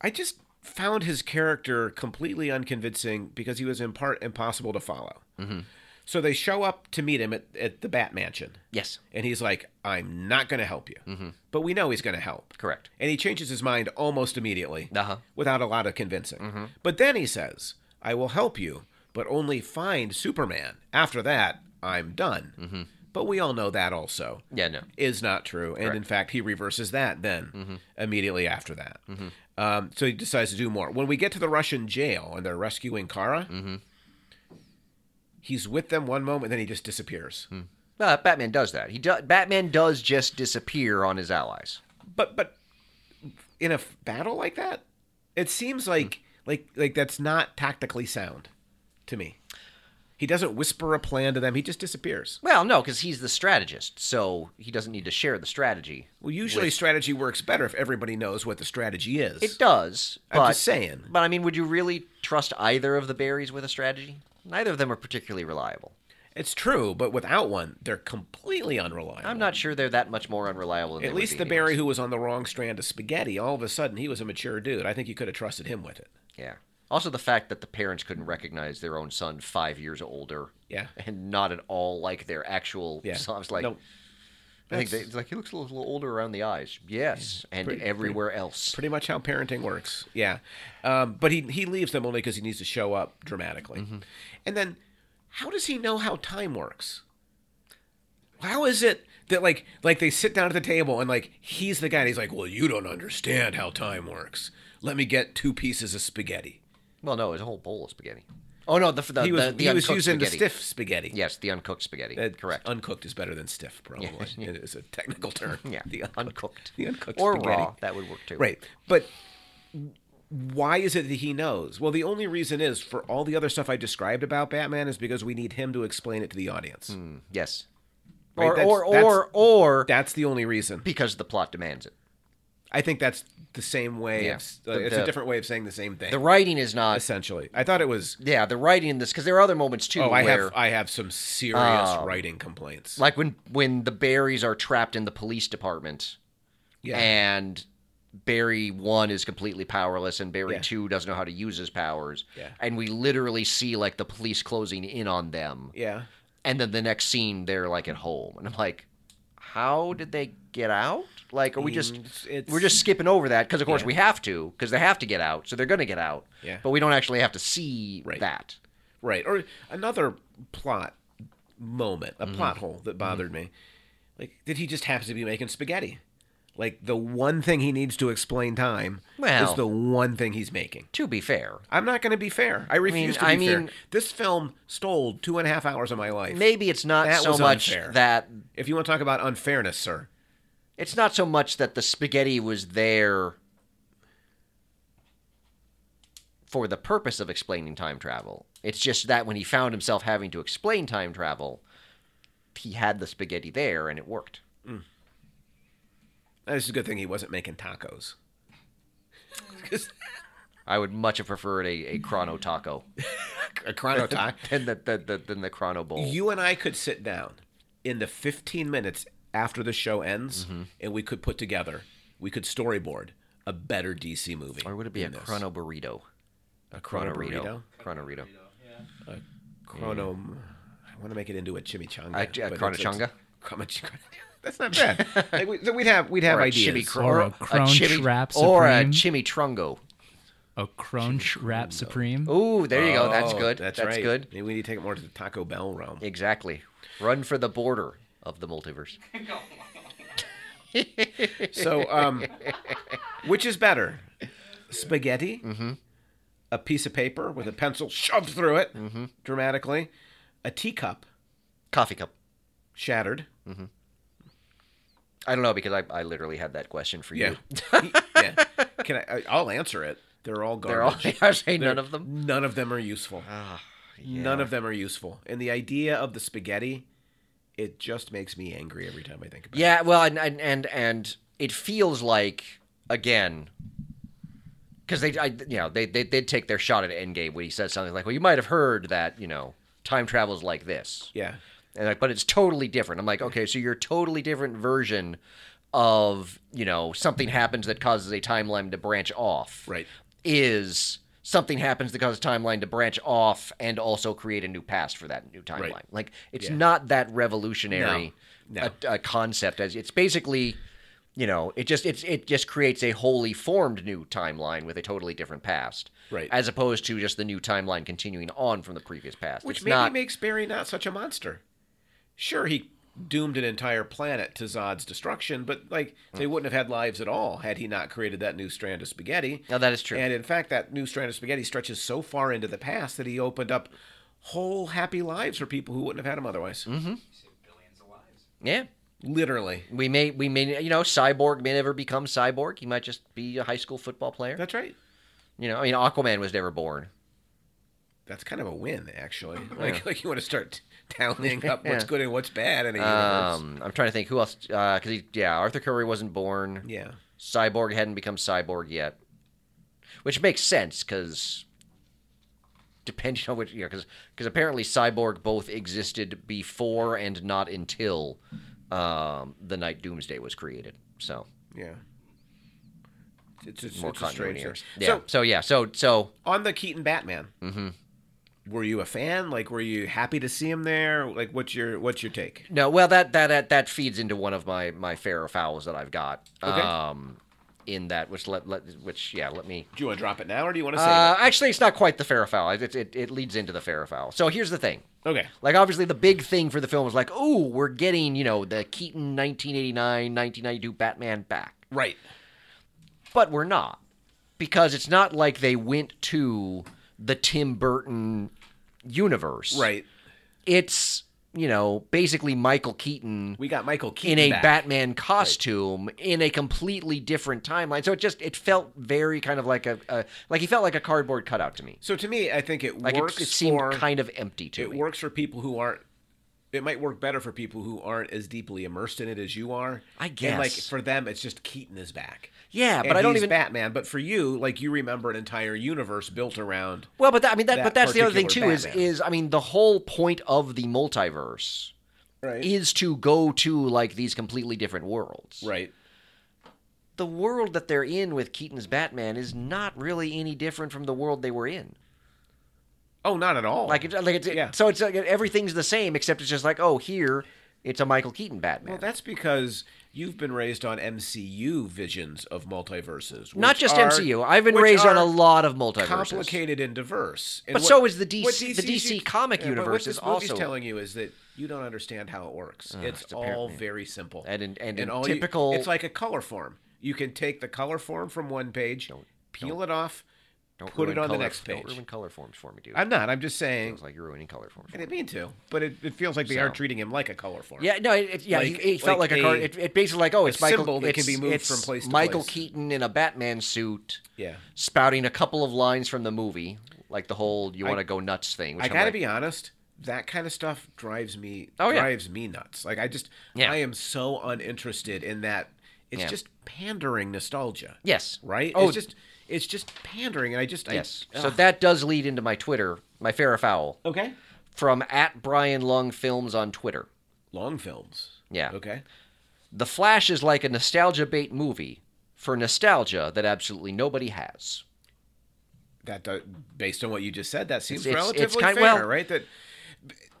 S1: I just found his character completely unconvincing because he was in part impossible to follow.
S2: Mm-hmm.
S1: So they show up to meet him at, at the Bat Mansion,
S2: Yes,
S1: and he's like, "I'm not going to help you," but we know he's going to help.
S2: correct.
S1: And he changes his mind almost immediately
S2: Uh-huh.
S1: without a lot of convincing. But then he says, I will help you, but only find Superman. After that, I'm done. But we all know that also
S2: Yeah, no.
S1: is not true. And in fact, he reverses that then immediately after that. Um, so he decides to do more. When we get to the Russian jail and they're rescuing Kara, he's with them one moment, then he just disappears.
S2: Uh, Batman does that. He do, Batman does just disappear on his allies.
S1: but but in a f- battle like that it seems like
S2: Hmm.
S1: like like that's not tactically sound to me he doesn't whisper a plan to them he just disappears
S2: Well, no, because he's the strategist, so he doesn't need to share the strategy.
S1: well usually strategy works better if everybody knows what the strategy is
S2: It does.
S1: I'm
S2: but,
S1: just saying.
S2: But I mean, would you really trust either of the berries with a strategy? Neither of them are particularly reliable.
S1: it's true but without one they're completely unreliable
S2: I'm not sure they're that much more unreliable. Than they
S1: at
S2: would
S1: least
S2: be
S1: the
S2: anyways.
S1: Barry who was on the wrong strand of spaghetti, all of a sudden he was a mature dude. I think you could have trusted him with it.
S2: Yeah. Also, the fact that the parents couldn't recognize their own son five years older.
S1: Yeah.
S2: And not at all like their actual
S1: Yeah.
S2: son. I was like,
S1: No,
S2: I think
S1: that's-
S2: they, it's like he looks a little, little older around the eyes. Yes, and
S1: pretty-
S2: everywhere else.
S1: pretty much how parenting works. Yeah, um, but he he leaves them only because he needs to show up dramatically.
S2: Mm-hmm.
S1: And then, how does he know how time works? How is it that like like they sit down at the table and like he's the guy? And he's like, well, you don't understand how time works. Let me get two pieces of spaghetti.
S2: well, no, it's a whole bowl of spaghetti. Oh no, the the
S1: He was
S2: the, the
S1: he was
S2: uncooked
S1: using
S2: spaghetti.
S1: the stiff spaghetti.
S2: Yes, the uncooked spaghetti.
S1: That- (laughs)
S2: Correct.
S1: Uncooked is better than stiff, probably.
S2: Yeah. (laughs)
S1: It is a technical term.
S2: yeah,
S1: The
S2: uncooked.
S1: (laughs) the uncooked
S2: or
S1: spaghetti.
S2: raw. That would work too.
S1: Right. But why is it that he knows? Well, the only reason is for all the other stuff I described about Batman is because we need him to explain it to the audience.
S2: Hmm. Yes.
S1: Right,
S2: Or,
S1: that's-
S2: or
S1: that's-
S2: or or
S1: That's the only reason.
S2: because the plot demands it.
S1: I think that's the same way. of
S2: Yeah.
S1: s uh, it's
S2: The-
S1: a different way of saying the same thing.
S2: The writing is not.
S1: essentially, I thought it was.
S2: Yeah, the writing in this because there are other moments too.
S1: Oh, I
S2: where,
S1: have I have some serious
S2: Um,
S1: writing complaints.
S2: like when when the Barrys are trapped in the police department
S1: yeah.
S2: and Barry one is completely powerless and Barry
S1: Yeah.
S2: two doesn't know how to use his powers.
S1: Yeah.
S2: And we literally see like the police closing in on them.
S1: yeah.
S2: And then the next scene they're like at home. And I'm like, how did they get out? Like are we just
S1: It's- Mm, it's-
S2: we're just skipping over that because of course
S1: Yeah.
S2: we have to because they have to get out so they're going to get out
S1: Yeah.
S2: but we don't actually have to see
S1: Right.
S2: that
S1: Right. Or another plot moment, a plot
S2: Mm-hmm.
S1: hole that bothered me. Like, did he just happens to be making spaghetti? Like, the one thing he needs to explain time
S2: Well-
S1: is the one thing he's making.
S2: to be fair
S1: I'm not going to be fair. I refuse
S2: I
S1: to be
S2: mean-
S1: fair. This film stole two and a half hours of my life.
S2: maybe it's not
S1: That
S2: so
S1: was
S2: much
S1: unfair.
S2: that
S1: If you want to talk about unfairness, sir.
S2: it's not so much that the spaghetti was there for the purpose of explaining time travel. It's just that when he found himself having to explain time travel, he had the spaghetti there and it worked.
S1: It's a good thing he wasn't making tacos. (laughs) 'Cause (laughs)
S2: I would much have preferred a, a chrono taco
S1: a chrono
S2: (laughs)
S1: taco.
S2: Oh. than the, the, the, than the chrono bowl.
S1: You and I could sit down in the 15 minutes after the show ends
S2: Mm-hmm.
S1: and we could put together, we could storyboard a better DC movie.
S2: Or would it be a
S1: than this.
S2: chrono burrito?
S1: a chrono burrito?
S2: Chrono burrito.
S1: Chrono. I want to make it into a chimichanga.
S2: A- a
S1: but it's-
S2: chronochanga?
S1: it's- chromo- (laughs) That's not
S2: (laughs)
S1: bad. like we, so we'd have we'd have
S2: Or a
S1: ideas.
S2: chimi cro-
S3: Or
S2: or
S3: a
S2: a
S3: Crown
S2: chimi-
S3: Trap
S2: or a
S3: Supreme.
S2: chimitrungo.
S3: A crunch wrap supreme.
S2: Ooh, there you go. That's
S1: Oh,
S2: good.
S1: That's,
S2: That's,
S1: right.
S2: good.
S1: Maybe we need to take it more to the Taco Bell realm.
S2: Exactly. Run for the border of the multiverse.
S1: So, um, which is better, spaghetti,
S2: Mm-hmm.
S1: a piece of paper with a pencil shoved through it
S2: Mm-hmm.
S1: dramatically, a teacup
S2: Coffee cup.
S1: shattered.
S2: I don't know because I, I literally had that question
S1: (laughs)
S2: for
S1: Yeah,
S2: you.
S1: yeah. Can I, I? I'll answer it. They're all
S2: They're all (laughs)
S1: garbage.
S2: I say
S1: They're-
S2: none of them. Ah,
S1: None of them are useful. None of them are useful. And the idea of the spaghetti, it just makes me angry every time I think about it.
S2: Yeah, well, and and and, and it feels like again because they, I, you know, they they did take their shot at Endgame when he said something like, "Well, you might have heard that, you know, time travels like this,"
S1: Yeah.
S2: and like, but it's totally different. I'm like, okay, so you're a totally different version of you know something happens that causes a timeline to branch off.
S1: Right.
S2: Is something happens that causes a timeline to branch off and also create a new past for that new timeline. Like it's
S1: Yeah.
S2: not that revolutionary
S1: No. No.
S2: A, a concept as it's basically you know, it just it's it just creates a wholly formed new timeline with a totally different past.
S1: Right.
S2: As opposed to just the new timeline continuing on from the previous past.
S1: Which
S2: it's
S1: maybe
S2: not
S1: makes Barry not such a monster. Sure, he doomed an entire planet to Zod's destruction, but like they
S2: Hmm.
S1: wouldn't have had lives at all had he not created that new strand of spaghetti.
S2: No, that is true.
S1: And in fact, that new strand of spaghetti stretches so far into the past that he opened up whole happy lives for people who wouldn't have had them otherwise.
S2: Mm-hmm. yeah.
S1: Literally.
S2: We may we may you know, Cyborg may never become Cyborg. He might just be a high school football player.
S1: That's right.
S2: you know, I mean Aquaman was never born.
S1: that's kind of a win, actually. Like, (laughs) like you want to start tallying up
S2: (laughs)
S1: what's good and what's bad in a universe.
S2: Um, I'm trying to think who else. Because he yeah, Arthur Curry wasn't born.
S1: yeah,
S2: Cyborg hadn't become Cyborg yet, which makes sense because depending on which, you know, because apparently Cyborg both existed before and not until um, the night Doomsday was created. So
S1: yeah. It's, it's,
S2: more
S1: it's a strange
S2: continuity.
S1: thing.
S2: errors. Yeah. So,
S1: So
S2: yeah. So so
S1: on the Keaton Batman,
S2: Mm-hmm.
S1: were you a fan? Like, were you happy to see him there? Like, what's your what's your take?
S2: no. Well, that that that, that feeds into one of my my fair fouls that I've got.
S1: Okay.
S2: Um, in that which let, let which yeah let me
S1: Do you want to drop it now, or do you want to save
S2: Uh, actually, it's not quite the fair foul. It, it, it leads into the fair foul. So here's the thing.
S1: it? Okay.
S2: Like, obviously, the big thing for the film was like, oh, we're getting, you know, the Keaton 1989, 1992 Batman back.
S1: Right.
S2: But we're not. Because it's not like they went to the Tim Burton universe.
S1: Right.
S2: It's, you know, basically Michael Keaton
S1: We got Michael Keaton
S2: in a
S1: back.
S2: Batman costume in a completely different timeline. So it just, it felt very kind of like a, a like he felt like a cardboard cutout to me.
S1: So to me, I think it
S2: Like
S1: works
S2: it, it seemed
S1: for
S2: kind of empty to
S1: it
S2: me.
S1: works for people who aren't. It might work better for people who aren't as deeply immersed in it as you are.
S2: I
S1: And like
S2: guess.
S1: for them, it's just Keaton is back.
S2: Yeah, but
S1: And
S2: I don't
S1: he's
S2: even.
S1: Batman. But for you, like you remember an entire universe built around.
S2: Well, but that, I mean that.
S1: that
S2: but that's the other thing too.
S1: particular Batman.
S2: Is is I mean the whole point of the multiverse
S1: Right.
S2: is to go to like these completely different worlds.
S1: right.
S2: The world that they're in with Keaton's Batman is not really any different from the world they were in.
S1: Oh, not at all.
S2: Like, it's, like it's
S1: Yeah.
S2: so it's like everything's the same except it's just like oh here it's a Michael Keaton Batman.
S1: well, that's because you've been raised on MCU visions of multiverses.
S2: not
S1: which
S2: just
S1: are-
S2: MCU. I've been
S1: which
S2: raised on
S1: are
S2: a lot of multiverses.
S1: complicated and diverse. And
S2: But
S1: what-
S2: so is the DC
S1: what
S2: the DC comic
S1: yeah, but
S2: universe
S1: what this
S2: is
S1: movie's
S2: also
S1: telling you is that you don't understand how it works. it's
S2: it's
S1: all
S2: apparently-
S1: very simple.
S2: And in- and in
S1: all you-
S2: typical-
S1: it's like a color form. You can take the color form from one page, peel it off,
S2: Don't
S1: put it
S2: ruin
S1: on the
S2: color-
S1: next page.
S2: Don't ruin color forms for me, dude.
S1: I'm not. I'm just saying.
S2: Sounds like you're ruining color forms.
S1: I didn't mean to, but it, it feels like they are
S2: So-
S1: treating him like a color form.
S2: Yeah, no, it, it- yeah, he
S1: Like-
S2: he felt
S1: like
S2: like, a, car.
S1: a-
S2: It, it basically like, oh, it's Michael.
S1: symbol that can
S2: it's-
S1: be moved
S2: it's
S1: from place to
S2: Michael
S1: place.
S2: Keaton in a Batman suit,
S1: Yeah.
S2: spouting a couple of lines from the movie, like the whole "you want to go nuts" thing. Which
S1: I
S2: I'm
S1: gotta
S2: like,
S1: be honest. That kind of stuff drives me
S2: Oh, yeah.
S1: drives me nuts. Like I just
S2: Yeah.
S1: I am so uninterested in that. It's
S2: Yeah.
S1: just pandering nostalgia.
S2: Yes.
S1: Right.
S2: Oh.
S1: It's just it's just pandering, and I just
S2: Yes.
S1: I,
S2: so
S1: ugh.
S2: that does lead into my Twitter, my fair or foul,
S1: okay.
S2: from at Brian Lung Films on Twitter.
S1: Long films.
S2: Yeah.
S1: Okay.
S2: The Flash is like a nostalgia bait movie for nostalgia that absolutely nobody has.
S1: That do- based on what you just said, that seems
S2: it's- it's
S1: relatively
S2: kind-
S1: fair,
S2: well-
S1: right? That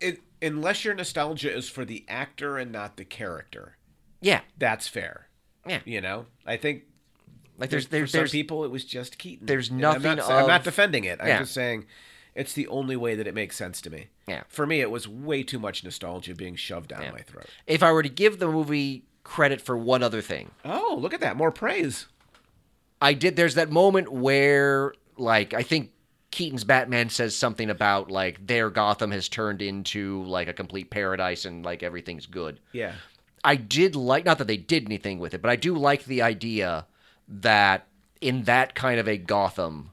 S1: it, unless your nostalgia is for the actor and not the character,
S2: Yeah,
S1: that's fair.
S2: yeah.
S1: You know, I think
S2: Like there's
S1: for
S2: there's
S1: some
S2: there's
S1: people it was just Keaton.
S2: there's
S1: And I'm
S2: nothing
S1: not, sa- I'm not
S2: of-
S1: defending it. I'm
S2: Yeah.
S1: just saying it's the only way that it makes sense to me.
S2: Yeah.
S1: For me, it was way too much nostalgia being shoved down
S2: Yeah.
S1: my throat.
S2: if I were to give the movie credit for one other thing,
S1: Oh, look at that! More praise.
S2: I did. There's that moment where, like, I think Keaton's Batman says something about like their Gotham has turned into like a complete paradise and like everything's good.
S1: Yeah.
S2: I did like not that they did anything with it, but I do like the idea that in that kind of a Gotham,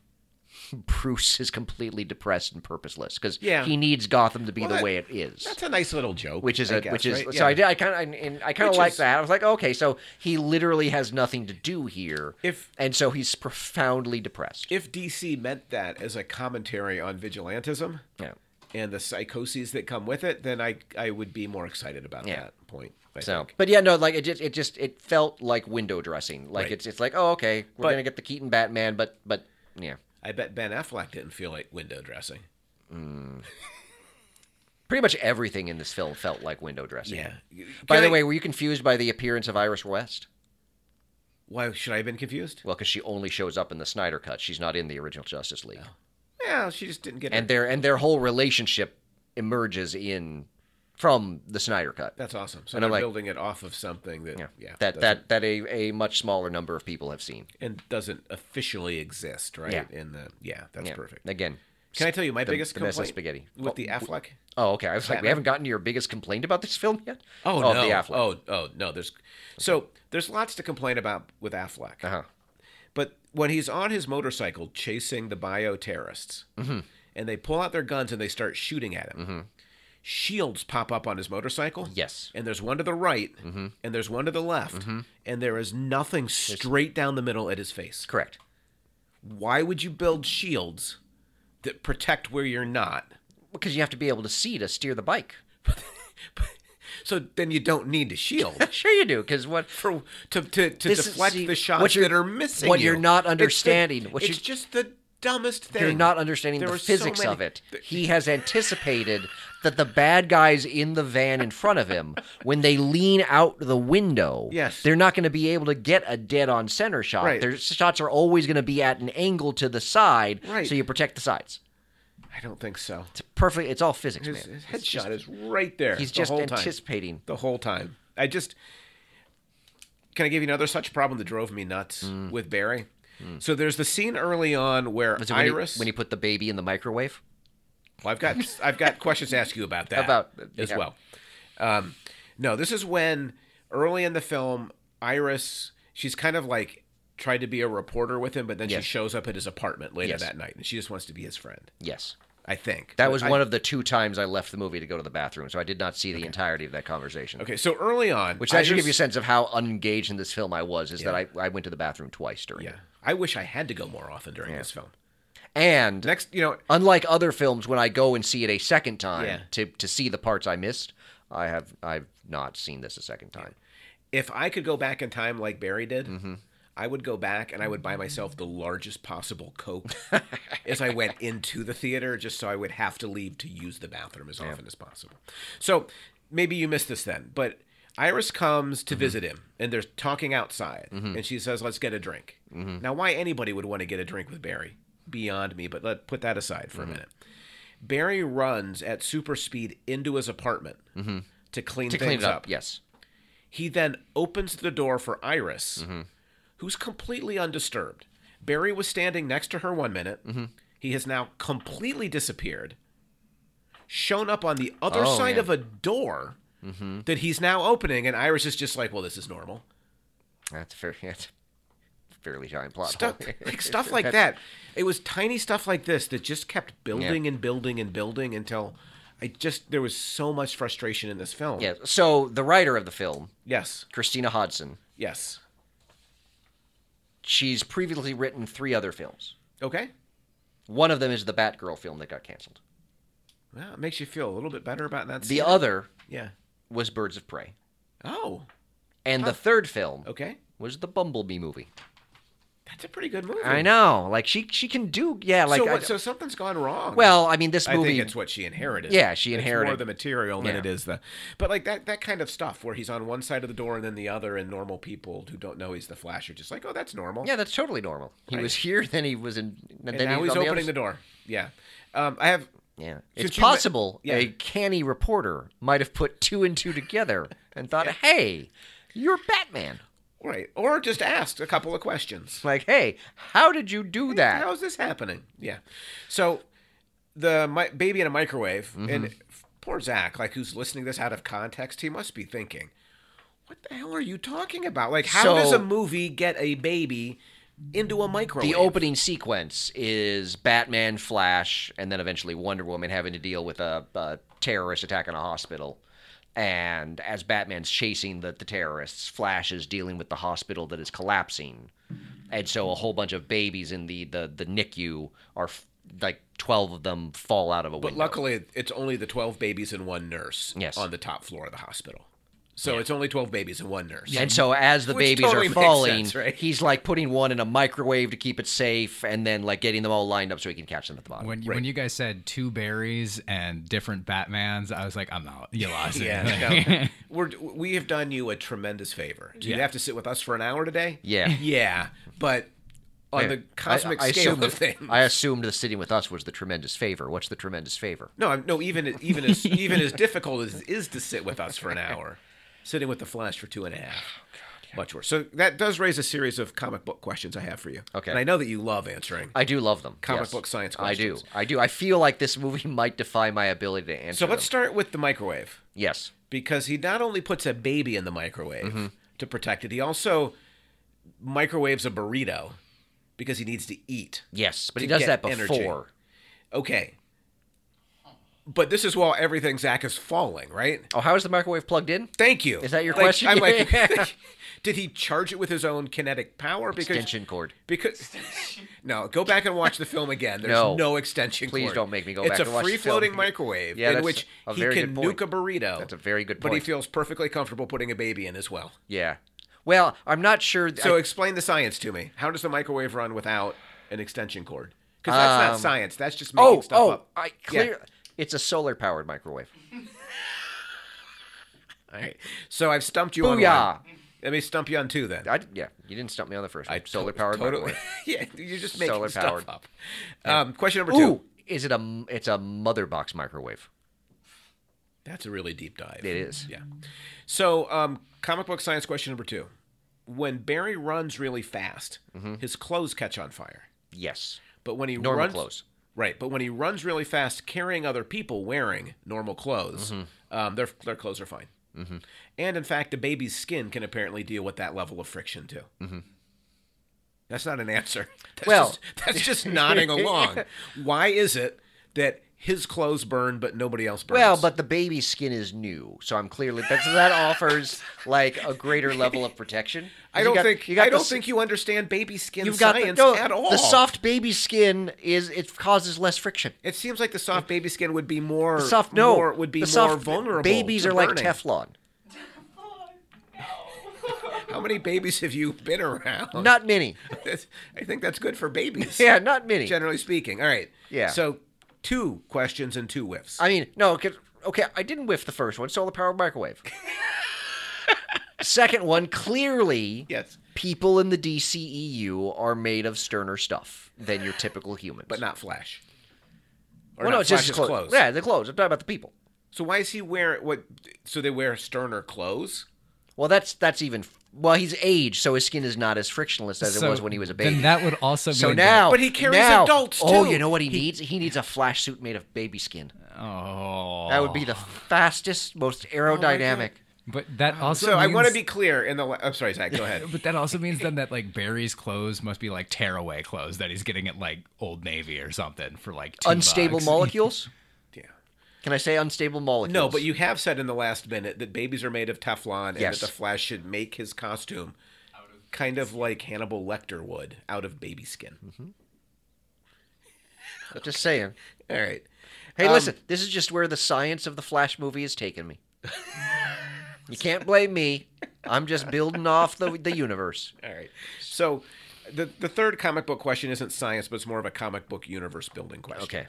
S2: (laughs) Bruce is completely depressed and purposeless because
S1: Yeah.
S2: he needs Gotham to be
S1: Well,
S2: the
S1: that-
S2: way it is
S1: That's a nice little joke.
S2: which is
S1: I
S2: a
S1: guess,
S2: which is
S1: right?
S2: so I
S1: Yeah.
S2: did I kind of and I kind of
S1: Which
S2: like
S1: is-
S2: that. I was like, okay, so he literally has nothing to do here,
S1: If-
S2: and so he's profoundly depressed.
S1: If DC meant that as a commentary on vigilantism
S2: yeah.
S1: and the psychoses that come with it, then I I would be more excited about
S2: Yeah.
S1: that point. I
S2: So,
S1: think.
S2: but yeah, no, like it just it just it felt like window dressing. Like
S1: Right.
S2: it's it's like, oh, okay, we're
S1: But-
S2: gonna get the Keaton Batman, but but yeah,
S1: I bet Ben Affleck didn't feel like window dressing.
S2: pretty much everything in this film felt like window dressing. By
S1: Can
S2: the
S1: I-
S2: way, were you confused by the appearance of Iris West?
S1: why should I have been confused?
S2: Well, because she only shows up in the Snyder cut. She's not in the original Justice League.
S1: Oh, Yeah, she just didn't get.
S2: and
S1: And
S2: their and their whole relationship emerges in from the Snyder cut.
S1: that's awesome. So
S2: and
S1: they're
S2: I'm like-
S1: building it off of something that yeah,
S2: that
S1: doesn't-
S2: that that a, a much smaller number of people have seen.
S1: and doesn't officially exist, right?
S2: Yeah.
S1: In the yeah, that's
S2: Yeah.
S1: perfect.
S2: Again,
S1: Can I tell you my
S2: the-
S1: biggest
S2: the mess of
S1: complaint
S2: spaghetti.
S1: with
S2: Oh,
S1: the Affleck?
S2: oh okay. I was like, we
S1: Batman?
S2: haven't gotten to your biggest complaint about this film yet.
S1: Oh,
S2: Of
S1: no!
S2: the Affleck.
S1: Oh oh no! There's so there's lots to complain about with Affleck,
S2: Uh-huh.
S1: but when he's on his motorcycle chasing the bio terrorists,
S2: Mm-hmm.
S1: and they pull out their guns and they start shooting at him, shields pop up on his motorcycle.
S2: Yes. Mm-hmm.
S1: and there's one to the right, and there's one to the left, and there is nothing straight down the middle at his face.
S2: Correct.
S1: Why would you build shields that protect where you're not?
S2: Because you have to be able to see to steer the bike.
S1: So then you don't need a shield. (laughs)
S2: sure you do. Because what?
S1: for to to, to
S2: This is-
S1: deflect
S2: see,
S1: the shots
S2: what you're-
S1: that are missing.
S2: what
S1: you.
S2: you're not
S1: It's the-
S2: understanding,
S1: It's,
S2: what you-
S1: just the dumbest thing.
S2: You're not understanding
S1: There
S2: the
S1: are so
S2: physics of
S1: many-
S2: it. He has anticipated that the bad guys in the van in front of him, when they lean out the window,
S1: Yes.
S2: they're not going to be able to get a dead on center shot.
S1: Right.
S2: Their shots are always going to be at an angle to the side,
S1: Right.
S2: so you protect the sides.
S1: I don't think so.
S2: It's perfect. It's all physics,
S1: His,
S2: man.
S1: his headshot is right there.
S2: He's
S1: the
S2: just
S1: whole time.
S2: anticipating.
S1: The whole time. I just can I give you another such problem that drove me nuts
S2: Mm.
S1: with Barry. So there's the scene early on where
S2: Was Mm. it when,
S1: Iris.
S2: he, when he put the baby in the microwave?
S1: Well, I've got I've got questions to ask you about that
S2: About-
S1: as
S2: yeah.
S1: well. Um, no, this is when early in the film, Iris she's kind of like tried to be a reporter with him, but then
S2: Yes.
S1: she shows up at his apartment later
S2: Yes.
S1: that night, and she just wants to be his friend.
S2: Yes.
S1: I think
S2: That
S1: But
S2: was
S1: I-
S2: one of the two times I left the movie to go to the bathroom, so I did not see the entirety of that conversation.
S1: Okay, so early on,
S2: Which that should
S1: Iris-
S2: give you a sense of how unengaged in this film I was, is that I, I went to the bathroom twice during
S1: Yeah,
S2: it.
S1: I wish I had to go more often during this film.
S2: And
S1: Next, you know,
S2: unlike other films, when I go and see it a second time
S1: Yeah.
S2: to, to see the parts I missed, I have I've not seen this a second time.
S1: if I could go back in time like Barry did,
S2: Mm-hmm.
S1: I would go back and I would buy myself the largest possible
S2: (laughs)
S1: Coke as I went into the theater, just so I would have to leave to use the bathroom as often as possible. So maybe you missed this then, but Iris comes
S2: Mm-hmm.
S1: to visit him and they're talking outside and she says, Let's get a drink.
S2: Mm-hmm.
S1: Now, why anybody would want to get a drink with Barry, beyond me, but let put that aside
S2: Mm-hmm.
S1: for a minute. Barry runs at super speed into his apartment to clean
S2: Mm-hmm. To
S1: things
S2: clean it up,
S1: up.
S2: yes.
S1: He then opens the door for Iris,
S2: Mm-hmm.
S1: who's completely undisturbed. Barry was standing next to her one minute.
S2: Mm-hmm.
S1: He has now completely disappeared, shown up on the other
S2: Oh, Mm-hmm.
S1: side
S2: yeah.
S1: of a door that he's now opening, and Iris is just like, well, this is normal.
S2: That's a fair (laughs) that's a fairly giant plot. (laughs)
S1: Stuff, (laughs)
S2: hole.
S1: like, stuff like that. It was tiny stuff like this that just kept building and building and building until I just, there was so much frustration in this film.
S2: yeah. So the writer of the film,
S1: Yes.
S2: Christina Hodson,
S1: Yes.
S2: she's previously written three other films.
S1: Okay.
S2: One of them is the Batgirl film that got canceled.
S1: Well, it makes you feel a little bit better about that.
S2: The
S1: scene.
S2: other
S1: Yeah.
S2: was Birds of Prey.
S1: Oh.
S2: And the third film
S1: Okay,
S2: was the Bumblebee movie.
S1: that's a pretty good movie.
S2: I know, like she she can do yeah, like
S1: so,
S2: I
S1: what,
S2: d-
S1: so something's gone wrong.
S2: well, I mean this
S1: I
S2: movie
S1: think it's what she inherited.
S2: Yeah, she
S1: It's more
S2: inherited.
S1: the material than
S2: Yeah.
S1: it is the. But like that that kind of stuff where he's on one side of the door and then the other, and normal people who don't know he's the Flash are just like, oh, that's normal.
S2: Yeah, that's totally normal. He
S1: Right.
S2: was here, then he was in, and
S1: And
S2: then
S1: now
S2: he was
S1: he's
S2: on
S1: opening
S2: the,
S1: the door. Yeah. Um, I have.
S2: other- Yeah,
S1: Since
S2: it's
S1: you ma-
S2: possible
S1: Yeah.
S2: a canny reporter might have put two and two together and thought, "Hey, you're Batman."
S1: Right. Or just asked a couple of questions.
S2: Like, "Hey, how did you do that?"
S1: How's this happening? Yeah. So the mi- baby in a microwave,
S2: Mm-hmm.
S1: and poor Zach, like who's listening to this out of context, he must be thinking, what the hell are you talking about? Like, how
S2: So-
S1: does a movie get a baby into a microwave?
S2: the opening sequence is Batman, Flash, and then eventually Wonder Woman having to deal with a, a terrorist attack in a hospital. And as Batman's chasing the, the terrorists, Flash is dealing with the hospital that is collapsing. And so a whole bunch of babies in the, the, the NICU are f- like 12 of them fall out of a
S1: But
S2: window.
S1: luckily, it's only the 12 babies and one nurse
S2: Yes.
S1: on the top floor of the hospital. So it's only 12 babies and one nurse.
S2: And so as the
S1: Which
S2: babies
S1: totally
S2: are
S1: makes
S2: falling,
S1: sense, right?
S2: he's like putting one in a microwave to keep it safe and then like getting them all lined up so he can catch them at the bottom.
S3: When, when you guys said two berries and different Batmans, I was like, I'm out.
S2: (laughs)
S3: You lost (laughs) it.
S1: Yeah, no. we're we have done you a tremendous favor. Do you
S3: Yeah.
S1: have to sit with us for an hour today?
S2: Yeah.
S1: yeah, but on the cosmic scale
S2: assumed
S1: of things,
S2: I assumed the sitting with us was the tremendous favor. What's the tremendous favor?
S1: no, I'm, no, even even
S2: (laughs)
S1: as even as difficult as it is to sit with us for an hour, sitting with the Flash for two and a half.
S2: Oh,
S1: Much worse. So that does raise a series of comic book questions I have for you.
S2: Okay.
S1: And I know that you love answering.
S2: I do love them.
S1: Comic
S2: yes.
S1: book science
S2: I do.
S1: questions.
S2: I do. I feel like this movie (laughs) might defy my ability to
S1: so
S2: answer.
S1: let's
S2: them.
S1: start with the microwave.
S2: Yes.
S1: because he not only puts a baby in the microwave
S2: Mm-hmm.
S1: to protect it, he also microwaves a burrito because he needs to eat.
S2: Yes. But he
S1: To
S2: does
S1: get
S2: that
S1: energy.
S2: before.
S1: Okay. But this is while everything Zach is falling, right?
S2: Oh, how is the microwave plugged in?
S1: Thank you.
S2: Is that your
S1: Like,
S2: question?
S1: I'm
S2: (laughs)
S1: like, (laughs) did he charge it with his own kinetic power? Because
S2: Extension cord. (laughs)
S1: Because no, go back and watch the film again. There's
S2: No.
S1: no, extension.
S2: Please
S1: cord.
S2: don't make me go
S1: it's
S2: back
S1: a
S2: and watch the film.
S1: free-floating microwave
S2: Yeah,
S1: in
S2: that's
S1: which
S2: a
S1: he
S2: very
S1: can
S2: good point.
S1: nuke a burrito.
S2: That's a very good
S1: But he
S2: point.
S1: feels perfectly comfortable putting a baby in as well.
S2: Yeah. Well, I'm not sure. th-
S1: So
S2: I-
S1: explain the science to me. How does the microwave run without an extension cord? Because that's not science. That's just making
S2: Um, oh,
S1: stuff
S2: oh,
S1: up.
S2: I clear. It's a solar powered microwave.
S1: All right. So I've stumped you on
S2: Booyah.
S1: one. Let me stump you on two then.
S2: I, yeah, you didn't stump me on the first one. solar powered
S1: Totally. (laughs)
S2: microwave.
S1: yeah, you're just making
S2: Solar-powered.
S1: stuff up. Um, question number two.
S2: Ooh, is it a? m- It's a mother box microwave.
S1: That's a really deep dive.
S2: It is.
S1: Yeah. So, um, comic book science question number two. When Barry runs really fast,
S2: Mm-hmm.
S1: his clothes catch on fire.
S2: Yes.
S1: But when he
S2: Normal
S1: runs,
S2: clothes.
S1: right? But when he runs really fast, carrying other people wearing normal clothes,
S2: Mm-hmm.
S1: um, their their clothes are fine. And in fact, a baby's skin can apparently deal with that level of friction too. That's not an answer. (laughs) That's
S2: Mm-hmm. Well-
S1: just,
S2: (laughs)
S1: that's just nodding along. Why is it that his clothes burn but nobody else burns?
S2: Well, but the baby's skin is new, so I'm clearly that's that offers like a greater level of protection.
S1: I
S2: You
S1: don't
S2: got-
S1: think
S2: you got
S1: I don't
S2: the-
S1: think you understand baby skin
S2: you've got the-
S1: science
S2: no,
S1: at all.
S2: The soft baby skin is it causes less friction.
S1: It seems like the soft baby skin would be more
S2: The soft no
S1: more, would be
S2: the
S1: more
S2: soft
S1: vulnerable.
S2: Babies
S1: to
S2: are like
S1: burning.
S2: Teflon.
S1: How many babies have you been around?
S2: Not many.
S1: (laughs) That's- I think that's good for babies.
S2: Yeah, not many.
S1: Generally speaking. All right.
S2: Yeah.
S1: So two questions and two whiffs.
S2: I mean, no, 'cause- okay, I didn't whiff the first one, solar
S1: (laughs)
S2: powered microwave. Second one, clearly
S1: yes.
S2: people in the DCEU are made of sterner stuff than your typical humans.
S1: But not Flash. Or
S2: well,
S1: not
S2: no, it's just
S1: Flash's
S2: clothes.
S1: clothes.
S2: Yeah, the clothes. I'm talking about the people.
S1: So why is he wearing what? So they wear sterner clothes.
S2: Well, that's that's even. Well, he's aged, so his skin is not as frictionless as
S3: So
S2: it was when he was a baby.
S3: Then that would also
S2: so
S3: mean
S2: now,
S1: But he carries
S2: now-
S1: adults,
S2: Oh,
S1: too.
S2: you know what he, needs? He needs a flash suit made of baby skin.
S3: that- oh,
S2: That would be the fastest, most
S1: Oh,
S2: aerodynamic.
S3: But that
S2: Oh,
S3: also
S1: So I
S3: means-
S1: want to be clear. In the la- I'm sorry, Zach. Go ahead.
S2: (laughs)
S3: But that also means then that like Barry's clothes must be like tearaway clothes that he's getting at like Old Navy or something for like two
S2: unstable
S3: bucks.
S2: molecules.
S1: yeah.
S2: Can I say unstable molecules?
S1: No, but you have said in the last minute that babies are made of Teflon, and
S2: Yes.
S1: that the Flash should make his costume kind of like Hannibal Lecter would out of baby skin.
S2: Mm-hmm. I'm just saying.
S1: All right.
S2: Hey,
S1: Um,
S2: listen, this is just where the science of the Flash movie has taken me. You can't blame me. I'm just building off the the universe.
S1: All right. So the the third comic book question isn't science, but it's more of a comic book universe building question.
S2: Okay.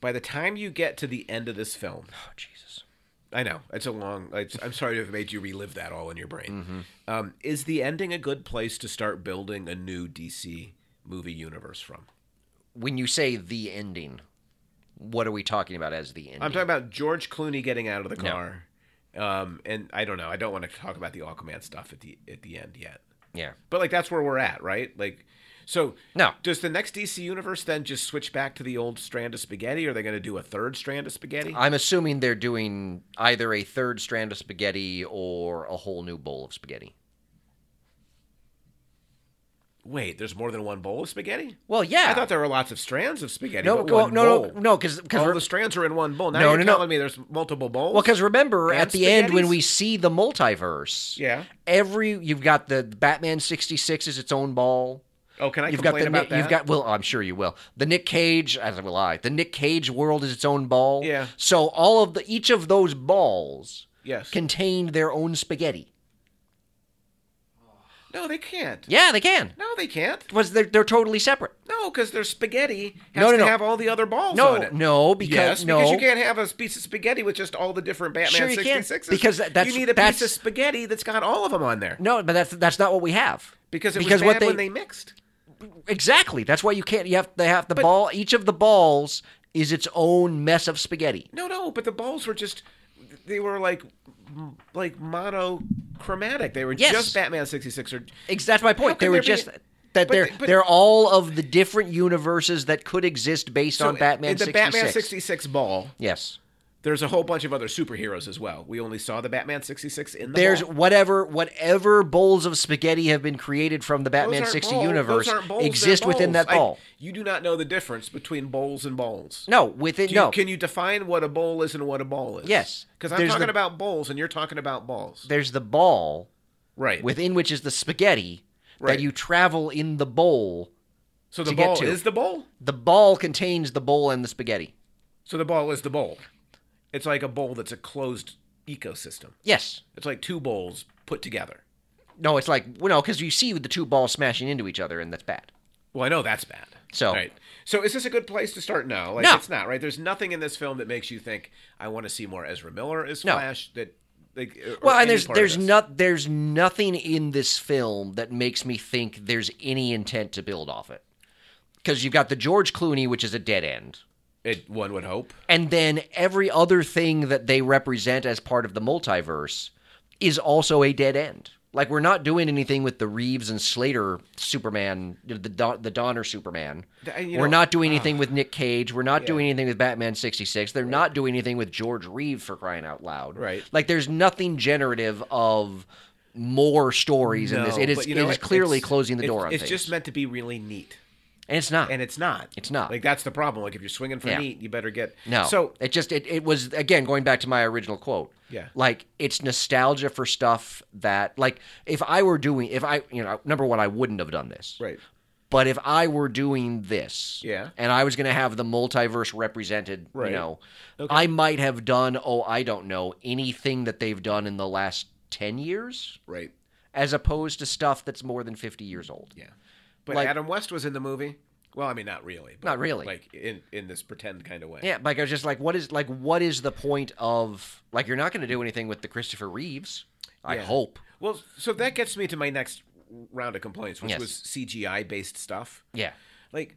S1: By the time you get to the end of this film,
S2: Oh Jesus.
S1: I know it's a long. It's, I'm sorry to have made you relive that all in your brain. Um, is the ending a good place to start building a new DC movie universe from?
S2: When you say the ending, what are we talking about as the ending?
S1: I'm talking about George Clooney getting out of the car, um, and I don't know. I don't want to talk about the Aquaman stuff at the at the end yet.
S2: yeah.
S1: But like that's where we're at, right? Like, so
S2: No.
S1: Does the next DC universe then just switch back to the old strand of spaghetti? Or are they going to do a third strand of spaghetti?
S2: I'm assuming they're doing either a third strand of spaghetti or a whole new bowl of spaghetti.
S1: Wait, there's more than one bowl of spaghetti.
S2: Well, yeah.
S1: I thought there were lots of strands of spaghetti.
S2: no,
S1: but
S2: well,
S1: one
S2: no,
S1: bowl.
S2: no, no, because because
S1: All the strands are in one bowl. Now
S2: No,
S1: you're
S2: no, no.
S1: telling me there's multiple bowls.
S2: well, because remember
S1: And
S2: at the end when
S1: spaghettis?
S2: we see the multiverse,
S1: yeah.
S2: every you've got the Batman sixty six is its own ball.
S1: Oh, can I
S2: You've got
S1: complain
S2: the
S1: about
S2: Nick-
S1: that?
S2: you've got well, I'm sure you will. The Nick Cage, as will I. The Nick Cage world is its own ball.
S1: Yeah.
S2: So all of the each of those balls
S1: yes.
S2: contain their own spaghetti.
S1: no, they can't.
S2: Yeah, they can.
S1: No, they can't.
S2: Was they're they're totally separate.
S1: No, because their spaghetti has
S2: No, no,
S1: to
S2: no.
S1: have all the other balls
S2: No,
S1: on it.
S2: no, because
S1: yes,
S2: no.
S1: because you can't have a piece of spaghetti with just all the different Batman
S2: Sure you can,
S1: 66s.
S2: because that- that's-
S1: you need a
S2: that's-
S1: piece of spaghetti that's got all of them on there.
S2: No, but that's that's not what we have.
S1: Because it was
S2: Because
S1: bad
S2: what
S1: when
S2: they-
S1: they mixed.
S2: Exactly. That's why you can't. You have they have the ball. Each of the balls is its own mess of spaghetti.
S1: No, no, but the balls were just they were like m- like monochromatic. They were
S2: Yes.
S1: just Batman 66 or
S2: Ex- That's my point.
S1: could
S2: They were
S1: there be-
S2: just that
S1: but
S2: they're
S1: the- but-
S2: they're all of the different universes that could exist based on Batman.
S1: eh, the
S2: 66.
S1: Batman 66 ball.
S2: Yes.
S1: There's a whole bunch of other superheroes as well. We only saw the Batman 66 in the
S2: There's
S1: ball.
S2: whatever whatever bowls of spaghetti have been created from the
S1: Those
S2: Batman
S1: aren't
S2: 60
S1: balls-
S2: universe
S1: those aren't balls, they're
S2: exist within
S1: balls.
S2: that
S1: I-
S2: ball.
S1: you do not know the difference between bowls and balls.
S2: no, within
S1: Do you-
S2: no.
S1: Can you define what a bowl is and what a ball is?
S2: Yes.
S1: Because I'm
S2: There's
S1: talking
S2: the-
S1: about bowls and you're talking about balls.
S2: there's the ball
S1: Right.
S2: within which is the spaghetti
S1: Right.
S2: that you travel in the bowl.
S1: so the
S2: to get
S1: ball
S2: to.
S1: is the bowl?
S2: The ball contains the bowl and the spaghetti.
S1: So the ball is the bowl. It's like a bowl that's a closed ecosystem.
S2: Yes.
S1: It's like two bowls put together.
S2: No, it's like well, no, because you see the two balls smashing into each other, and that's bad.
S1: Well, I know that's bad.
S2: So-
S1: right. So is this a good place to start? No, like
S2: No.
S1: it's not. Right. There's nothing in this film that makes you think I want to see more Ezra Miller as
S2: No.
S1: Flash. That like or
S2: Well,
S1: any
S2: and there's
S1: part of
S2: there's
S1: this.
S2: not there's nothing in this film that makes me think there's any intent to build off it. Because you've got the George Clooney, which is a dead end,
S1: It, one would hope.
S2: and then every other thing that they represent as part of the multiverse is also a dead end. Like we're not doing anything with the Reeves and Slater Superman, the Don, the Donner Superman.
S1: Th- uh, you
S2: we're
S1: know,
S2: not doing anything with Nick Cage. We're not doing anything with Batman sixty six. They're not doing anything with George Reeve for crying out loud.
S1: Right.
S2: Like there's nothing generative of more stories in this.
S1: No,
S2: It is
S1: but you
S2: it
S1: know
S2: is
S1: what?
S2: clearly
S1: It's-
S2: closing the
S1: it's-
S2: door on
S1: It's
S2: things.
S1: just meant to be really neat,
S2: and it's not.
S1: and it's not.
S2: It's not.
S1: Like that's the problem. Like if you're swinging for
S2: Yeah.
S1: neat, you better get
S2: No.
S1: So
S2: it just it, it was again going back to my original quote.
S1: Yeah.
S2: Like it's nostalgia for stuff that like if I were doing if I you know number one I wouldn't have done this.
S1: right.
S2: But if I were doing this,
S1: Yeah.
S2: and I was going to have the multiverse represented,
S1: Right.
S2: you know, I might have done oh I don't know anything that they've done in the last ten years,
S1: Right.
S2: as opposed to stuff that's more than fifty years old.
S1: Yeah. But
S2: Like-
S1: Adam West was in the movie. Well, I mean, not really. But
S2: Not really.
S1: Like in in this pretend kind of way.
S2: Yeah, like I was just like, what is like, what is the point of like you're not going to do anything with the Christopher Reeves? I
S1: Yeah.
S2: hope.
S1: Well, so that gets me to my next round of complaints, which
S2: Yes.
S1: was CGI based stuff.
S2: Yeah,
S1: Like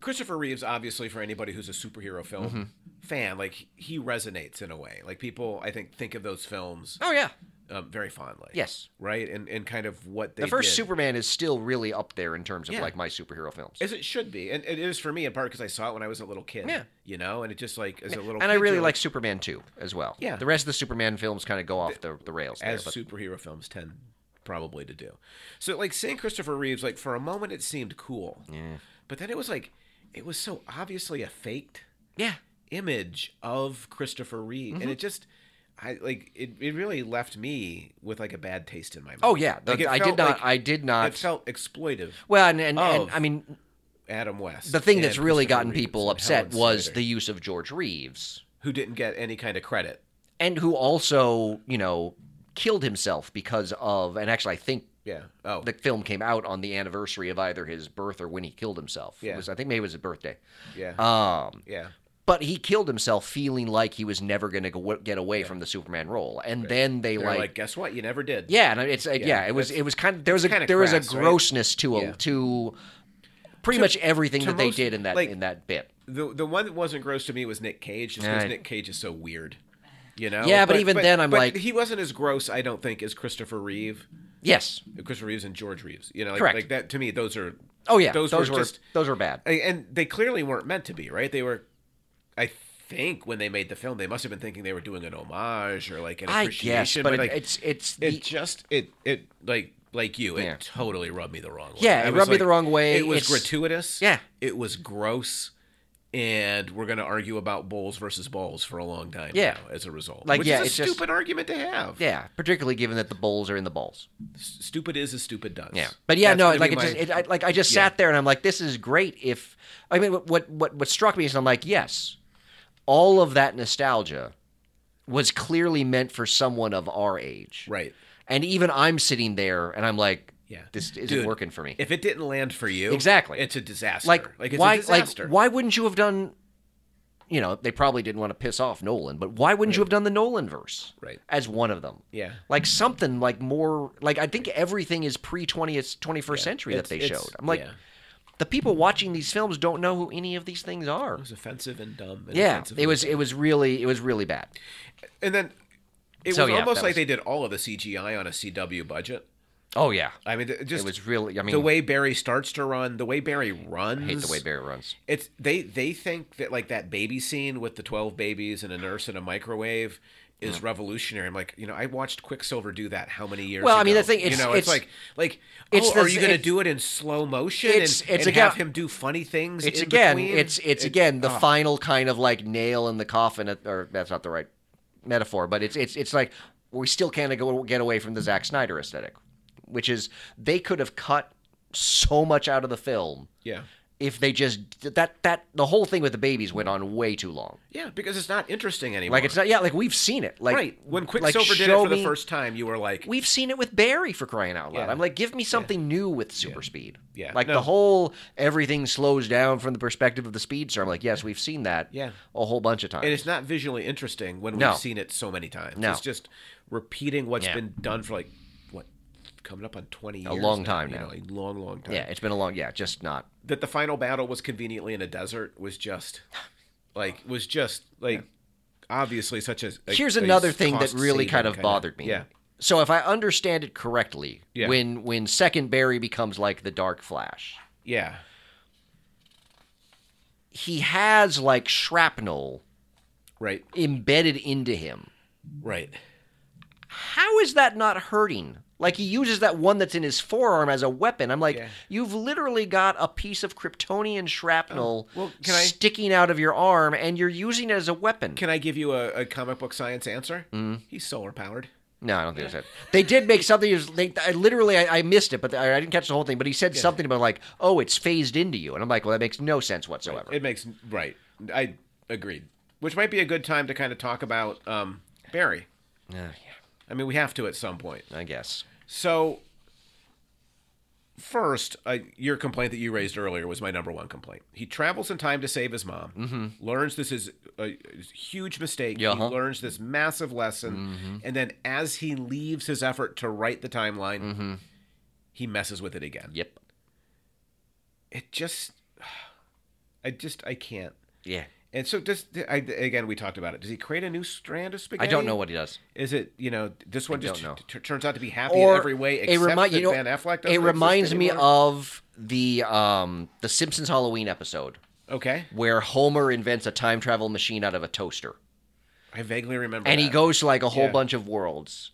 S1: Christopher Reeves, obviously, for anybody who's a superhero film
S2: Mm-hmm.
S1: fan, like he resonates in a way. Like people, I think, think of those films
S2: Oh yeah.
S1: um, very fondly.
S2: Yes.
S1: Right, and and kind of what they
S2: The first
S1: did.
S2: Superman is still really up there in terms of
S1: Yeah.
S2: like my superhero films.
S1: As it should be, and it is for me in part because I saw it when I was a little kid.
S2: Yeah.
S1: You know, and it just like as a little.
S2: and I
S1: kid,
S2: really
S1: you're
S2: like Superman 2 as well.
S1: Yeah.
S2: The rest of the Superman films kind of go off the, the rails there,
S1: as
S2: but
S1: superhero films tend probably to do. So like seeing Christopher Reeves, like for a moment it seemed cool, but then it was like it was so obviously a faked
S2: yeah.
S1: image of Christopher Reeve,
S2: Mm-hmm.
S1: and it just. I like it, it really left me with like a bad taste in my mouth.
S2: Oh yeah, The-
S1: Like, it
S2: I
S1: felt
S2: did not
S1: like-
S2: I did
S1: it
S2: not
S1: felt Oh. exploitive.
S2: well, and, and, and
S1: of
S2: I mean,
S1: Adam West.
S2: the thing
S1: and
S2: that's really
S1: Christopher
S2: gotten
S1: Reeves
S2: people
S1: and
S2: upset
S1: Helen
S2: was
S1: Slater,
S2: the use of George Reeves
S1: who didn't get any kind of credit.
S2: and who also, you know, killed himself because of, and actually, I think
S1: Yeah. Oh.
S2: the film came out on the anniversary of either his birth or when he killed himself. It
S1: Yeah.
S2: was, I think maybe it was his birthday.
S1: yeah.
S2: Um,
S1: yeah.
S2: but he killed himself feeling like he was never going to get away from the Superman role. And then they
S1: They're like,
S2: like
S1: guess what? You never did.
S2: yeah, and it's uh, yeah,
S1: Yeah,
S2: it was
S1: that's-
S2: it was kind of there was a
S1: kinda
S2: there was a
S1: crass, right?
S2: grossness to a,
S1: Yeah.
S2: to pretty
S1: To-
S2: much everything
S1: to
S2: that they
S1: most-
S2: did in that
S1: like-
S2: in that bit.
S1: The the one that wasn't gross to me was Nick Cage, just because
S2: Right.
S1: Nick Cage is so weird. You know.
S2: Yeah, but even then, I'm
S1: but
S2: like-
S1: he wasn't as gross, I don't think, as Christopher Reeve,
S2: Yes.
S1: Christopher Reeves and George Reeves. You know, like,
S2: Correct.
S1: like that to me, those are.
S2: Oh yeah,
S1: Those
S2: those,
S1: were
S2: were,
S1: just-
S2: those were bad.
S1: I- and they clearly weren't meant to be, right? They were, I think, when they made the film, they must have been thinking they were doing an homage or like an
S2: I guess,
S1: appreciation.
S2: but it,
S1: like,
S2: it's it's
S1: it
S2: the-
S1: just it it like like you, it
S2: Yeah.
S1: totally rubbed me the wrong way.
S2: Yeah,
S1: I
S2: it
S1: was
S2: rubbed me
S1: like,
S2: the wrong way.
S1: It was
S2: It's-
S1: gratuitous.
S2: yeah.
S1: it was gross, and we're gonna argue about bowls versus balls for a long time.
S2: Yeah.
S1: now as a result,
S2: Like,
S1: which
S2: yeah,
S1: is a
S2: it's just-
S1: stupid argument to have.
S2: yeah, particularly given that the bowls are in the balls.
S1: S- stupid is as stupid does.
S2: Yeah, but yeah,
S1: That's
S2: no,
S1: gonna
S2: like
S1: be
S2: it
S1: my-
S2: just, it, I, like I just sat there and I'm like, this is great. If I mean, what- what what what struck me is I'm like, yes, all of that nostalgia was clearly meant for someone of our age,
S1: right.
S2: And even I'm sitting there and I'm like,
S1: Yeah.
S2: this isn't
S1: Dude,
S2: working for me.
S1: If it didn't land for you,
S2: Exactly.
S1: it's a disaster.
S2: like,
S1: like it's
S2: why
S1: a disaster.
S2: like why wouldn't you have done? You know, they probably didn't want to piss off Nolan, but why wouldn't you have done the Nolan verse
S1: Right.
S2: as one of them?
S1: Yeah.
S2: like something like more like I think everything is pre 20th 21st century
S1: It's-
S2: that they
S1: it's-
S2: showed. I'm like
S1: yeah.
S2: the people watching these films don't know who any of these things are.
S1: It was offensive and dumb. And
S2: Yeah,
S1: offensive
S2: it
S1: and
S2: was
S1: dumb.
S2: it was really it was really bad.
S1: and then it
S2: So,
S1: was
S2: yeah,
S1: almost
S2: that
S1: like
S2: was-
S1: they did all of the CGI on a CW budget.
S2: Oh yeah,
S1: I mean, th-
S2: it
S1: just
S2: was really. I mean,
S1: the way Barry starts to run, the way Barry runs.
S2: I hate the way Barry runs.
S1: It's they they think that like that baby scene with the twelve babies and a nurse and a microwave is
S2: Mm.
S1: revolutionary. I'm like, you know, I watched Quicksilver do that how many years?
S2: Well,
S1: ago?
S2: I mean, the thing-
S1: you
S2: it's-
S1: know, it's,
S2: it's-
S1: like like
S2: it's
S1: oh, are
S2: the-
S1: you going to
S2: it's-
S1: do it in slow motion
S2: it's-
S1: and,
S2: it's
S1: and
S2: again-
S1: have him do funny things?
S2: It's
S1: in
S2: again,
S1: between?
S2: it's it's
S1: It-
S2: again the
S1: oh,
S2: final kind of like nail in the coffin, at, or that's not the right metaphor, but it's it's it's like we still can't go get away from the Zack Snyder aesthetic, which is they could have cut so much out of the film
S1: yeah.
S2: if they just that that the whole thing with the babies went on way too long.
S1: Yeah, because it's not interesting anymore.
S2: Like it's not yeah, like we've seen it. Like
S1: right when
S2: like,
S1: Quicksilver did it
S2: show
S1: for the
S2: me-
S1: first time, you were like,
S2: We've seen it with Barry for crying out loud.
S1: Yeah.
S2: I'm like, give me something new with super speed.
S1: Yeah.
S2: Like
S1: No.
S2: the whole everything slows down from the perspective of the speedster. I'm like, yes, we've seen that.
S1: Yeah.
S2: A whole bunch of times.
S1: and it's not visually interesting when we've
S2: No.
S1: seen it so many times.
S2: No.
S1: It's just repeating what's
S2: Yeah.
S1: been done for like what coming up on twenty years.
S2: long
S1: now,
S2: time
S1: you
S2: now.
S1: know, a long, long time.
S2: yeah, it's been a long yeah, just not.
S1: That the final battle was conveniently in a desert was
S2: (sighs)
S1: just like was just like obviously such a. a-
S2: Here's
S1: a
S2: another thing that
S1: cost-saving
S2: really kind of
S1: kinda-
S2: bothered me.
S1: Yeah,
S2: So if I understand it correctly,
S1: Yeah.
S2: when when second Barry becomes like the Dark Flash,
S1: yeah,
S2: he has like shrapnel
S1: right,
S2: embedded into him.
S1: right.
S2: how is that not hurting? Like he uses that one that's in his forearm as a weapon. I'm like,
S1: Yeah.
S2: you've literally got a piece of Kryptonian shrapnel
S1: Oh, well, can I-
S2: sticking out of your arm, and you're using it as a weapon.
S1: Can I give you a, a comic book science answer?
S2: Mm-hmm.
S1: He's solar powered.
S2: No, I don't think that's it. They did make something. it was- They, I literally, I, I missed it, but I, I didn't catch the whole thing. But he said something about like, oh, it's phased into you, and I'm like, well, that makes no sense whatsoever.
S1: It makes right. I agreed. Which might be a good time to kind of talk about um, Barry.
S2: Uh, yeah,
S1: I mean, we have to at some point.
S2: I guess.
S1: So, first, uh, your complaint that you raised earlier was my number one complaint. He travels in time to save his mom. Learns this is a huge mistake.
S2: Yeah,
S1: He
S2: Mm-hmm. uh-huh. Mm-hmm.
S1: learns this massive lesson, and then as he leaves his effort to right the timeline,
S2: Mm-hmm.
S1: he messes with it again.
S2: Yep.
S1: It just, I just, I can't.
S2: Yeah.
S1: And so, does I, again, we talked about it. Does he create a new strand of
S2: I
S1: spaghetti?
S2: don't know what he does.
S1: Is it you know this one just
S2: don't know.
S1: t- t- turns out to be happy in every way except
S2: remi-
S1: that
S2: you know,
S1: Ben Affleck doesn't
S2: It
S1: exist
S2: reminds me
S1: anymore?
S2: of the um the Simpsons Halloween episode
S1: okay.
S2: where Homer invents a time travel machine out of a toaster,
S1: I vaguely remember.
S2: and he
S1: that.
S2: goes to like a whole
S1: Yeah.
S2: bunch of worlds.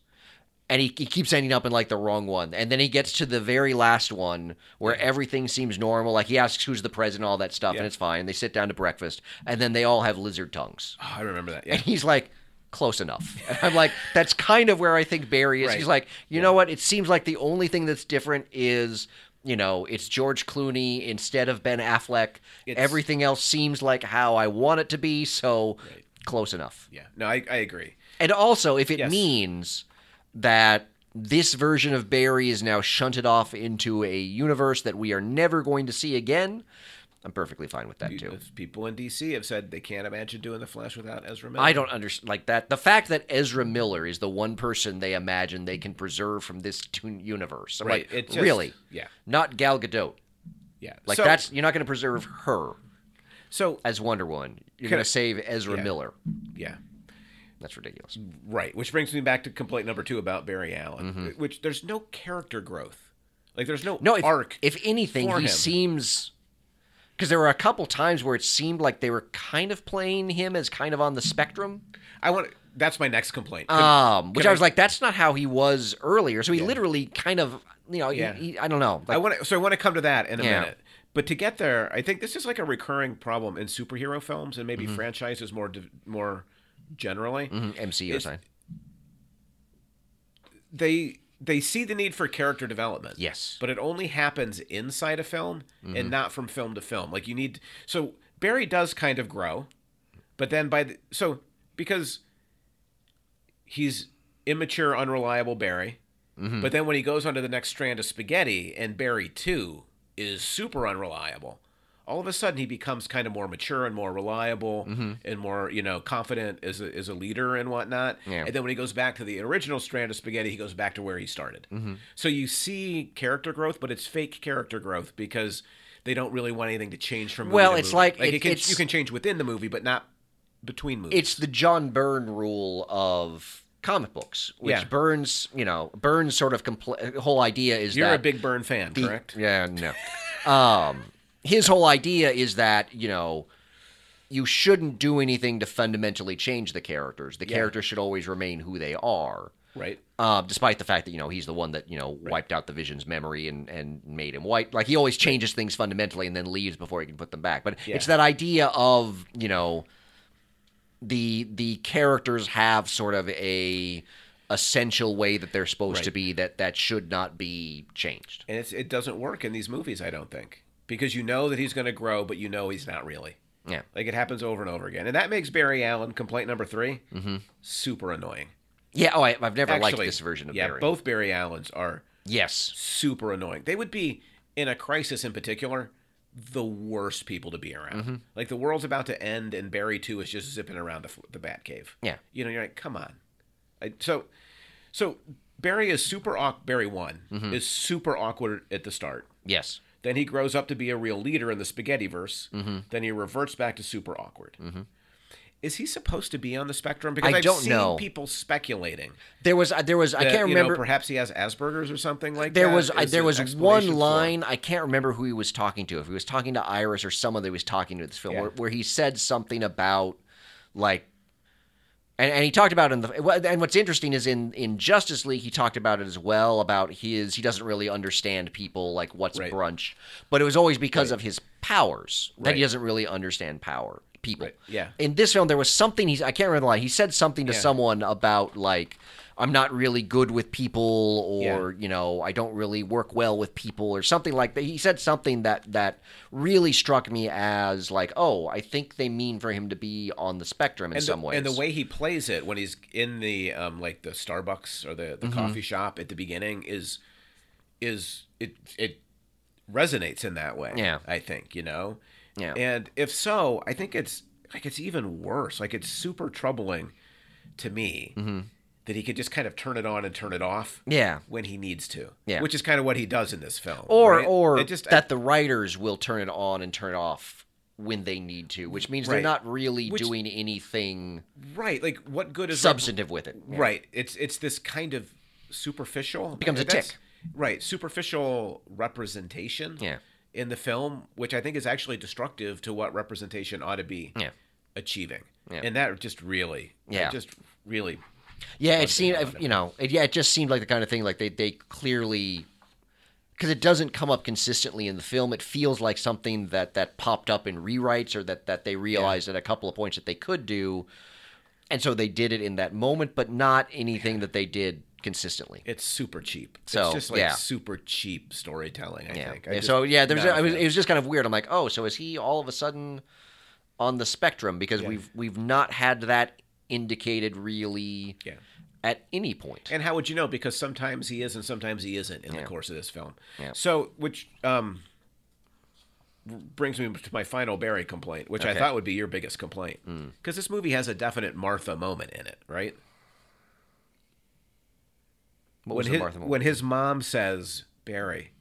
S2: And he, he keeps ending up in like the wrong one. And then he gets to the very last one where everything seems normal. Like he asks who's the president, all that stuff,
S1: Yeah.
S2: and it's fine. They sit down to breakfast, and then they all have lizard tongues.
S1: Oh, I remember that.
S2: And
S1: Yeah.
S2: he's like, close enough. And I'm like, that's kind of where I think Barry is.
S1: Right.
S2: He's like, you know what? It seems like the only thing that's different is, you know, it's George Clooney instead of Ben Affleck.
S1: It's-
S2: Everything else seems like how I want it to be. So close enough.
S1: Yeah. No, I, I agree.
S2: And also, if it
S1: Yes.
S2: means that this version of Barry is now shunted off into a universe that we are never going to see again, I'm perfectly fine with that too.
S1: If People in DC have said they can't imagine doing the Flash without Ezra Miller.
S2: I don't understand like that. The fact that Ezra Miller is the one person they imagine they can preserve from this tune universe. I'm
S1: Right.
S2: like,
S1: it just-
S2: really?
S1: Yeah.
S2: Not Gal Gadot.
S1: Yeah.
S2: Like
S1: So-
S2: that's you're not going to preserve her
S1: so.
S2: as Wonder Woman.
S1: Can
S2: You're
S1: I-
S2: going to save Ezra
S1: Yeah.
S2: Miller.
S1: Yeah.
S2: That's ridiculous.
S1: Right. Which brings me back to complaint number two about Barry Allen,
S2: Mm-hmm.
S1: which there's no character growth. Like there's no,
S2: No, if,
S1: arc.
S2: if anything,
S1: for
S2: he
S1: him.
S2: seems because there were a couple times where it seemed like they were kind of playing him as kind of on the spectrum,
S1: I want. That's my next complaint.
S2: um, which
S1: can
S2: I
S1: I-
S2: was like, that's not how he was earlier. So he literally kind of, you know, he-
S1: Yeah.
S2: he- I don't know.
S1: I
S2: Like,
S1: want to, so I want to come to that in a
S2: Yeah.
S1: minute. But to get there, I think this is like a recurring problem in superhero films and
S2: Mm-hmm.
S1: maybe franchises more div- more generally.
S2: MCU or
S1: it's-
S2: something.
S1: They they see the need for character development.
S2: Yes. Mm-hmm.
S1: But it only happens inside a film and not from film to film. Like you need so Barry does kind of grow, but then by the so because he's immature, unreliable Barry.
S2: Mm-hmm.
S1: But then when he goes on to the next strand of spaghetti and Barry 2 is super unreliable, all of a sudden he becomes kind of more mature and more reliable
S2: Mm-hmm.
S1: and more, you know, confident as a, as a leader and whatnot.
S2: Yeah.
S1: And then when he goes back to the original strand of spaghetti, he goes back to where he started.
S2: Mm-hmm.
S1: So you see character growth, but it's fake character growth because they don't really want anything to change from movie
S2: Well,
S1: to
S2: it's
S1: movie.
S2: like-
S1: like
S2: it-
S1: it can,
S2: it's-
S1: you can change within the movie, but not between movies.
S2: It's the John Byrne rule of comic books, which
S1: Yeah.
S2: Burns, you know, Burns sort of compl- whole idea is
S1: You're
S2: that
S1: a big Burn fan,
S2: the-
S1: correct?
S2: Yeah, no. um, his whole idea is that you know you shouldn't do anything to fundamentally change the characters. The characters should always remain who they are,
S1: Right.
S2: uh, despite the fact that you know he's the one that you know wiped out the Vision's memory and and made him white. Like he always changes things fundamentally and then leaves before he can put them back. But
S1: Yeah.
S2: it's that idea of you know the the characters have sort of a essential way that they're supposed to be that that should not be changed.
S1: And it's, it doesn't work in these movies, I don't think, because you know that he's going to grow, but you know he's not really.
S2: Yeah.
S1: Like it happens over and over again, and that makes Barry Allen complaint number 3 super annoying.
S2: Yeah, oh, Mm-hmm. I, I've never
S1: Actually,
S2: liked this version of
S1: yeah,
S2: Barry.
S1: both Barry Allens are
S2: Yes,
S1: super annoying. They would be in a crisis in particular, the worst people to be around.
S2: Mm-hmm.
S1: Like the world's about to end, and Barry too is just zipping around the, f- the Batcave.
S2: Yeah.
S1: you know, you're like, come on. I, so, so Barry is super awkward. Barry one
S2: Mm-hmm.
S1: is super awkward at the start.
S2: yes.
S1: Then he grows up to be a real leader in the spaghetti verse.
S2: Mm-hmm.
S1: Then he reverts back to super awkward. Is he supposed to be on the spectrum? Because
S2: I
S1: have
S2: don't
S1: seen
S2: know.
S1: people speculating.
S2: There was, uh, there was, I
S1: that,
S2: can't
S1: you know,
S2: remember.
S1: perhaps he has Asperger's or something like
S2: there
S1: that.
S2: was, I,
S1: is
S2: there
S1: an
S2: was one
S1: explanation for it.
S2: line I can't remember who he was talking to. If he was talking to Iris or someone that he was talking to this film,
S1: Yeah.
S2: where, where he said something about like, and, and he talked about it in the well, and what's interesting is in in Justice League he talked about it as well about his he doesn't really understand people like what's
S1: Right.
S2: brunch, but it was always because of his powers that he
S1: Right.
S2: doesn't really understand power people.
S1: Right, yeah.
S2: in this film there was something he's I can't remember the line. He said something to
S1: Yeah.
S2: someone about like I'm not really good with people or you know I don't really work well with people or something like that. He said something that that really struck me as like oh I think they mean for him to be on the spectrum in
S1: and
S2: some
S1: the,
S2: ways.
S1: And the way he plays it when he's in the um, like the Starbucks or the, the
S2: Mm-hmm.
S1: coffee shop at the beginning is is it it resonates in that way.
S2: Yeah.
S1: I think you know.
S2: Yeah.
S1: And if so, I think it's like it's even worse. Like it's super troubling to me
S2: Mm-hmm.
S1: that he could just kind of turn it on and turn it off.
S2: yeah.
S1: When he needs to.
S2: Yeah.
S1: Which is kind of what he does in this film.
S2: or
S1: right?
S2: or
S1: It just I-
S2: that the writers will turn it on and turn it off when they need to, which means they're
S1: Right.
S2: not really
S1: Which-
S2: doing anything
S1: right. Like what good is
S2: substantive with it. Yeah.
S1: Right. It's it's this kind of superficial
S2: Becomes a
S1: that's-
S2: tick.
S1: Right, superficial representation
S2: Yeah.
S1: in the film, which I think is actually destructive to what representation ought to be
S2: Yeah.
S1: achieving.
S2: Yeah.
S1: And that just really it
S2: Yeah.
S1: just really
S2: Yeah, it
S1: Bugs me
S2: seemed
S1: out
S2: I've- you know, it, yeah, it just seemed like the kind of thing like they they clearly because it doesn't come up consistently in the film. It feels like something that that popped up in rewrites or that that they realized at a couple of points that they could do, and so they did it in that moment, but not anything that they did consistently.
S1: it's super cheap.
S2: So,
S1: it's just like
S2: yeah.
S1: super cheap storytelling, I
S2: Yeah.
S1: think. I
S2: yeah
S1: just-
S2: so yeah, there's
S1: not a
S2: I was,
S1: fan.
S2: it was just kind of weird. I'm like, oh, so is he all of a sudden? on the spectrum because we've we've not had that indicated really
S1: Yeah.
S2: at any point.
S1: And how would you know? Because sometimes he is and sometimes he isn't in
S2: Yeah.
S1: the course of this film.
S2: Yeah.
S1: So, which um, brings me to my final Barry complaint, which I
S2: Okay. Hmm.
S1: thought would be your biggest complaint. Because this movie has a definite Martha moment in it, right?
S2: What
S1: when
S2: was the
S1: his,
S2: Martha moment?
S1: when his mom says, Barry,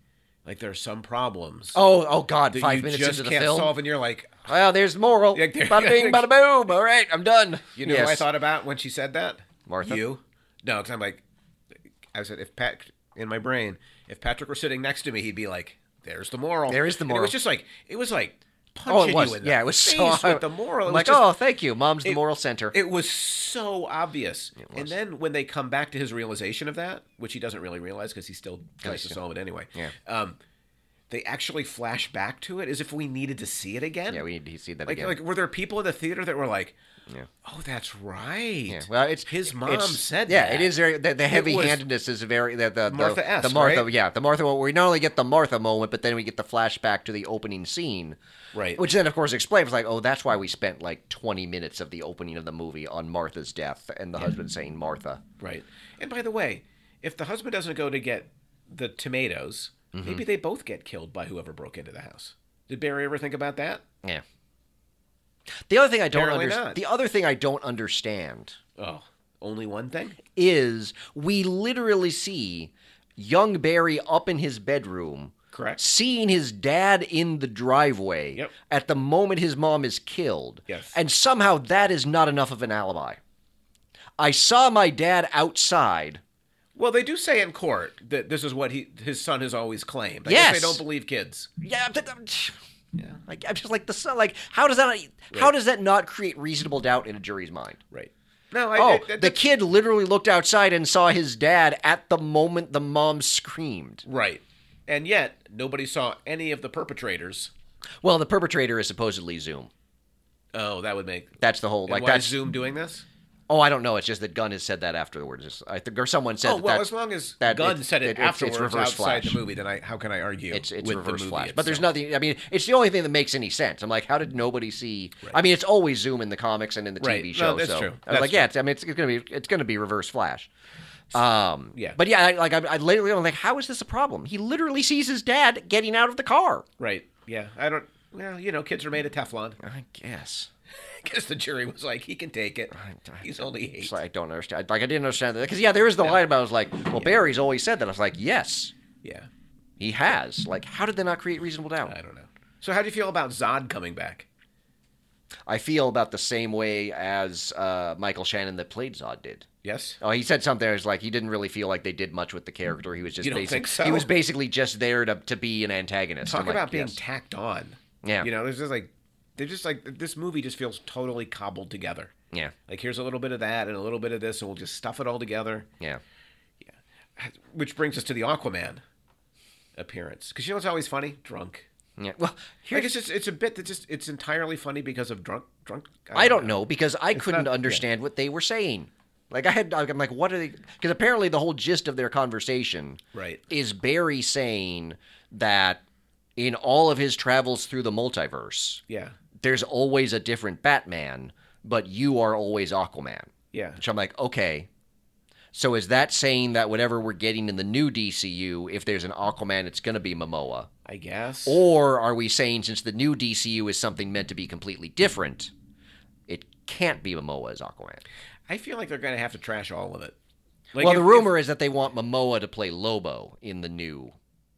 S1: like there's some problems
S2: oh oh God!
S1: that
S2: Five
S1: you
S2: minutes
S1: just
S2: into the
S1: can't
S2: film.
S1: solve, and you're like,
S2: Well, there's the moral.
S1: Yeah, there- (laughs)
S2: bada bing, bada boom. All right, I'm done.
S1: You know who I thought about when she said that?
S2: Martha?
S1: You? No, because I'm like, I said, if Pat, in my brain, if Patrick were sitting next to me, he'd be like, there's the moral.
S2: There is the
S1: And it
S2: moral.
S1: was just like, it was like punching
S2: Oh, it was.
S1: you in the
S2: Yeah, it was
S1: face
S2: so.
S1: with
S2: (laughs)
S1: the moral. It was
S2: I'm like,
S1: just-
S2: oh, thank you, Mom's the
S1: it-
S2: moral center.
S1: It was so obvious. And
S2: was.
S1: then when they come back to his realization of that, which he doesn't really realize because he still tries to solve it anyway.
S2: Yeah.
S1: Um, they actually flash back to it as if we needed to see it again.
S2: yeah, we need to see that
S1: like,
S2: again.
S1: like, were there people in the theater that were like,
S2: Yeah.
S1: "Oh, that's right."
S2: yeah. Well, it's
S1: his
S2: it's-
S1: mom said
S2: Yeah,
S1: that.
S2: it is very the, the heavy
S1: was
S2: handedness is very the the the
S1: Martha-esque,
S2: the Martha.
S1: right?
S2: Yeah, the Martha. Well, we not only get the Martha moment, but then we get the flashback to the opening scene,
S1: Right.
S2: Which then, of course, explains like, oh, that's why we spent like 20 minutes of the opening of the movie on Martha's death and the husband saying Martha.
S1: Right. And by the way, if the husband doesn't go to get the tomatoes,
S2: Mm-hmm.
S1: maybe they both get killed by whoever broke into the house. Did Barry ever think about that?
S2: Yeah. The other thing I don't
S1: Apparently
S2: understand.
S1: not.
S2: The other thing I don't understand
S1: Oh, only one thing.
S2: is we literally see young Barry up in his bedroom,
S1: Correct.
S2: seeing his dad in the driveway
S1: Yep.
S2: at the moment his mom is killed.
S1: Yes.
S2: And somehow that is not enough of an alibi. I saw my dad outside.
S1: Well, they do say in court that this is what he his son has always claimed. I guess
S2: Yes.
S1: they don't believe kids.
S2: Yeah, but, um, yeah. Like I'm just like the son. Like how does that? How does that not create reasonable doubt in a jury's mind?
S1: Right. No, I,
S2: Oh,
S1: I- I-
S2: the kid literally looked outside and saw his dad at the moment the mom screamed.
S1: right. And yet nobody saw any of the perpetrators.
S2: Well, the perpetrator is supposedly Zoom.
S1: Oh, that would make
S2: That's the whole
S1: and
S2: like
S1: why
S2: that's.
S1: is Zoom doing this?
S2: Oh, I don't know. It's just that Gunn has said that afterwards. It's- I think or someone said
S1: Oh
S2: that
S1: well,
S2: that-
S1: as long as
S2: that
S1: Gunn
S2: it's-
S1: said
S2: it-
S1: it,
S2: it's-
S1: afterwards
S2: it's reverse
S1: outside
S2: flash.
S1: the movie, then I how can I argue?
S2: It's it's
S1: with the
S2: reverse
S1: movie
S2: flash, but there's
S1: itself?
S2: nothing. I mean, it's the only thing that makes any sense. I'm like, how did nobody see? I mean, it's always Zoom in the comics and in the
S1: Right.
S2: TV
S1: No,
S2: show.
S1: that's
S2: so
S1: true.
S2: I was
S1: That's
S2: like, yeah, it's, I mean, it's, it's gonna be it's gonna be reverse flash. Um,
S1: Yeah.
S2: but yeah, I, like I, I literally, I'm like, how is this a problem? He literally sees his dad getting out of the car.
S1: Right. Yeah. I don't. Well, you know, kids are made of Teflon. (laughs)
S2: I guess.
S1: Because the jury was like, he can take it.
S2: I-
S1: He's only eight.
S2: It's like, I don't understand. Like I didn't understand that because yeah, there is the line about I was like, well, Barry's always said that. I was like, yes,
S1: yeah.
S2: he has. Like, how did they not create reasonable doubt?
S1: I don't know. So how do you feel about Zod coming back?
S2: I feel about the same way as uh, Michael Shannon that played Zod did.
S1: Yes.
S2: Oh, he said something. It was like he didn't really feel like they did much with the character. He was just
S1: You don't
S2: basic-
S1: think so?
S2: he was basically just there to, to be an antagonist.
S1: Talk
S2: I'm like,
S1: about being
S2: yes.
S1: tacked on.
S2: Yeah.
S1: You know, there's just like, they're just like, this movie just feels totally cobbled together.
S2: yeah,
S1: Like, here's a little bit of that and a little bit of this, and we'll just stuff it all together.
S2: yeah.
S1: Which brings us to the Aquaman appearance. Because you know what's always funny? Drunk.
S2: Yeah. Well,
S1: Like,
S2: here's,
S1: it's just, it's a bit that just, it's entirely funny because of drunk, drunk.
S2: I don't know because I couldn't
S1: uh, not- yeah.
S2: understand what they were saying. Like I had, I'm like, what are they? Because apparently the whole gist of their conversation
S1: Right.
S2: is Barry saying that in all of his travels through the multiverse,
S1: Yeah.
S2: there's always a different Batman, but you are always Aquaman.
S1: Yeah.
S2: Which I'm like, okay. So is that saying that whatever we're getting in the new DCU, if there's an Aquaman, it's going to be Momoa?
S1: I guess.
S2: Or are we saying since the new DCU is something meant to be completely different, it can't be Momoa as Aquaman?
S1: I feel like they're going to have to trash all of it. Like
S2: well,
S1: if-
S2: the rumor is that they want Momoa to play Lobo in the new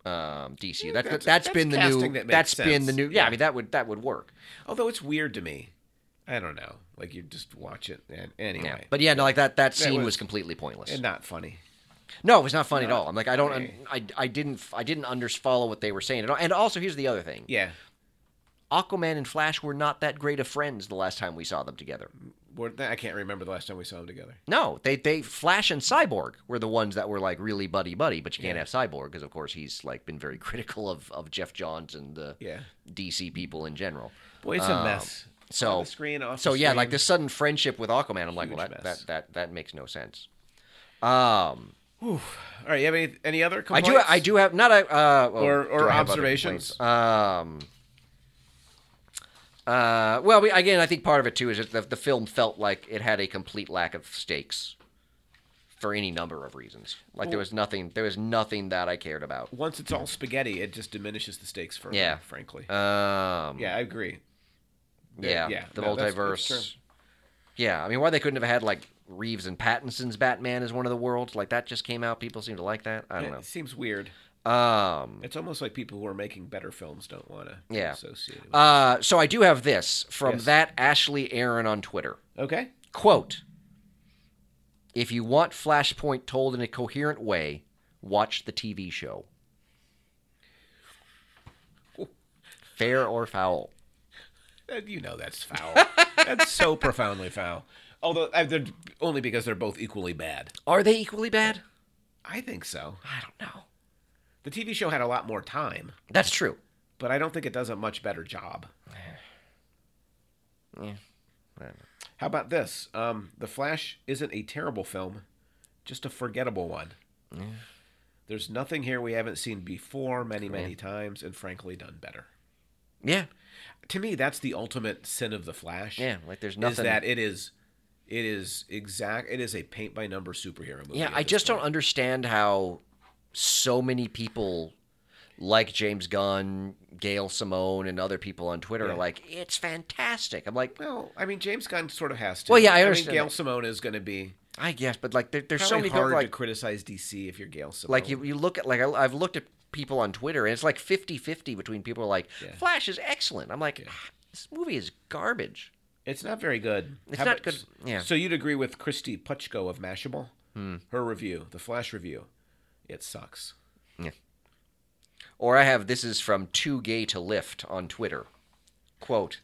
S2: um, DCU.
S1: Yeah,
S2: that's,
S1: that's-
S2: that's
S1: that's
S2: been the new.
S1: casting that makes
S2: that's been the
S1: sense.
S2: new. Yeah, I mean that would that would work.
S1: if- although it's weird to me. I don't know. Like you just watch it and anyway,
S2: Yeah. But yeah, no, like that that scene was,
S1: was-
S2: completely pointless.
S1: and not funny.
S2: No, it was not fun at all. I'm like, I don't,
S1: okay.
S2: I, I didn't, I didn't under follow what they were saying at all. And also, here's the other thing:
S1: Yeah,
S2: Aquaman and Flash were not that great of friends the last time we saw them together.
S1: We're- I can't remember the last time we saw them together.
S2: No, they, they, Flash and Cyborg were the ones that were like really buddy buddy. But you can't have Cyborg because, of course, he's like been very (laughs) critical of of Jeff Johns and the
S1: Yeah.
S2: DC people in general.
S1: Boy, it's a mess.
S2: Um, So
S1: On the screen, off
S2: So
S1: the
S2: yeah, like
S1: screen.
S2: this sudden friendship with Aquaman. I'm like, well,
S1: Huge
S2: that,
S1: mess.
S2: that that that makes no sense. Um,
S1: All right, you have any any other
S2: I
S1: complaints?
S2: do, I do have Uh, not a uh, oh,
S1: Or-
S2: do
S1: or
S2: I have other
S1: observations?
S2: complaints? Um, Uh, well, we, again, I think part of it too is that the, the film felt like it had a complete lack of stakes for any number of reasons. Like there was nothing, there was nothing that I cared about.
S1: Once it's all spaghetti, it just diminishes the stakes further.
S2: Yeah.
S1: frankly.
S2: Um,
S1: yeah, I agree.
S2: yeah,
S1: yeah,
S2: the
S1: no, that's- that's
S2: multiverse.
S1: true.
S2: yeah, I mean, why they couldn't have had like Reeves and Pattinson's Batman as one of the worlds? Like that just came out. People seem to like that. I
S1: It
S2: don't
S1: seems weird.
S2: know. Um,
S1: It's almost like people who are making better films don't want to
S2: Yeah.
S1: associate. With
S2: uh, so I do have this from
S1: Yes.
S2: that Ashley Aaron on Twitter.
S1: Okay.
S2: Quote If you want Flashpoint told in a coherent way, watch the
S1: (laughs)
S2: TV show. Fair or foul?
S1: Uh, You know that's foul. that's (laughs) so profoundly foul. Although I, they're only because they're both equally bad.
S2: Are they equally bad?
S1: I think so.
S2: I don't know.
S1: The TV show had a lot more time,
S2: That's true.
S1: but I don't think it does a much better job.
S2: (sighs) Yeah.
S1: How about this? Um, the Flash isn't a terrible film, just a forgettable one. There's nothing here we haven't seen before many, many times, and frankly, done better.
S2: Yeah.
S1: To me, that's the ultimate sin of the Flash.
S2: Yeah, like there's nothing-
S1: Is that it is, it is exact. It is a paint by number superhero movie.
S2: Yeah,
S1: at
S2: I
S1: this
S2: just
S1: point.
S2: don't understand how so many people like James Gunn, Gail Simone, and other people on Twitter
S1: Yeah.
S2: are like, it's fantastic. I'm like,
S1: Well, I mean, James Gunn sort of has to.
S2: Well, yeah, I
S1: mean,
S2: understand
S1: Gail
S2: that.
S1: Simone is going to be
S2: I guess, but like, there, there's
S1: probably
S2: so many people
S1: hard
S2: like,
S1: to criticize DC if you're Gail Simone.
S2: like you, you look at like I, i've looked at people on twitter and it's like 50-50 between people who are like
S1: Yeah.
S2: flash is excellent i'm like "Ah, this movie is garbage
S1: It's not very good.
S2: It's
S1: How
S2: not
S1: about-
S2: good- yeah. Hmm.
S1: So you'd agree with Christy Puchko of Mashable? Her review, the Flash review, it sucks.
S2: or i have this is from too gay to lift on twitter quote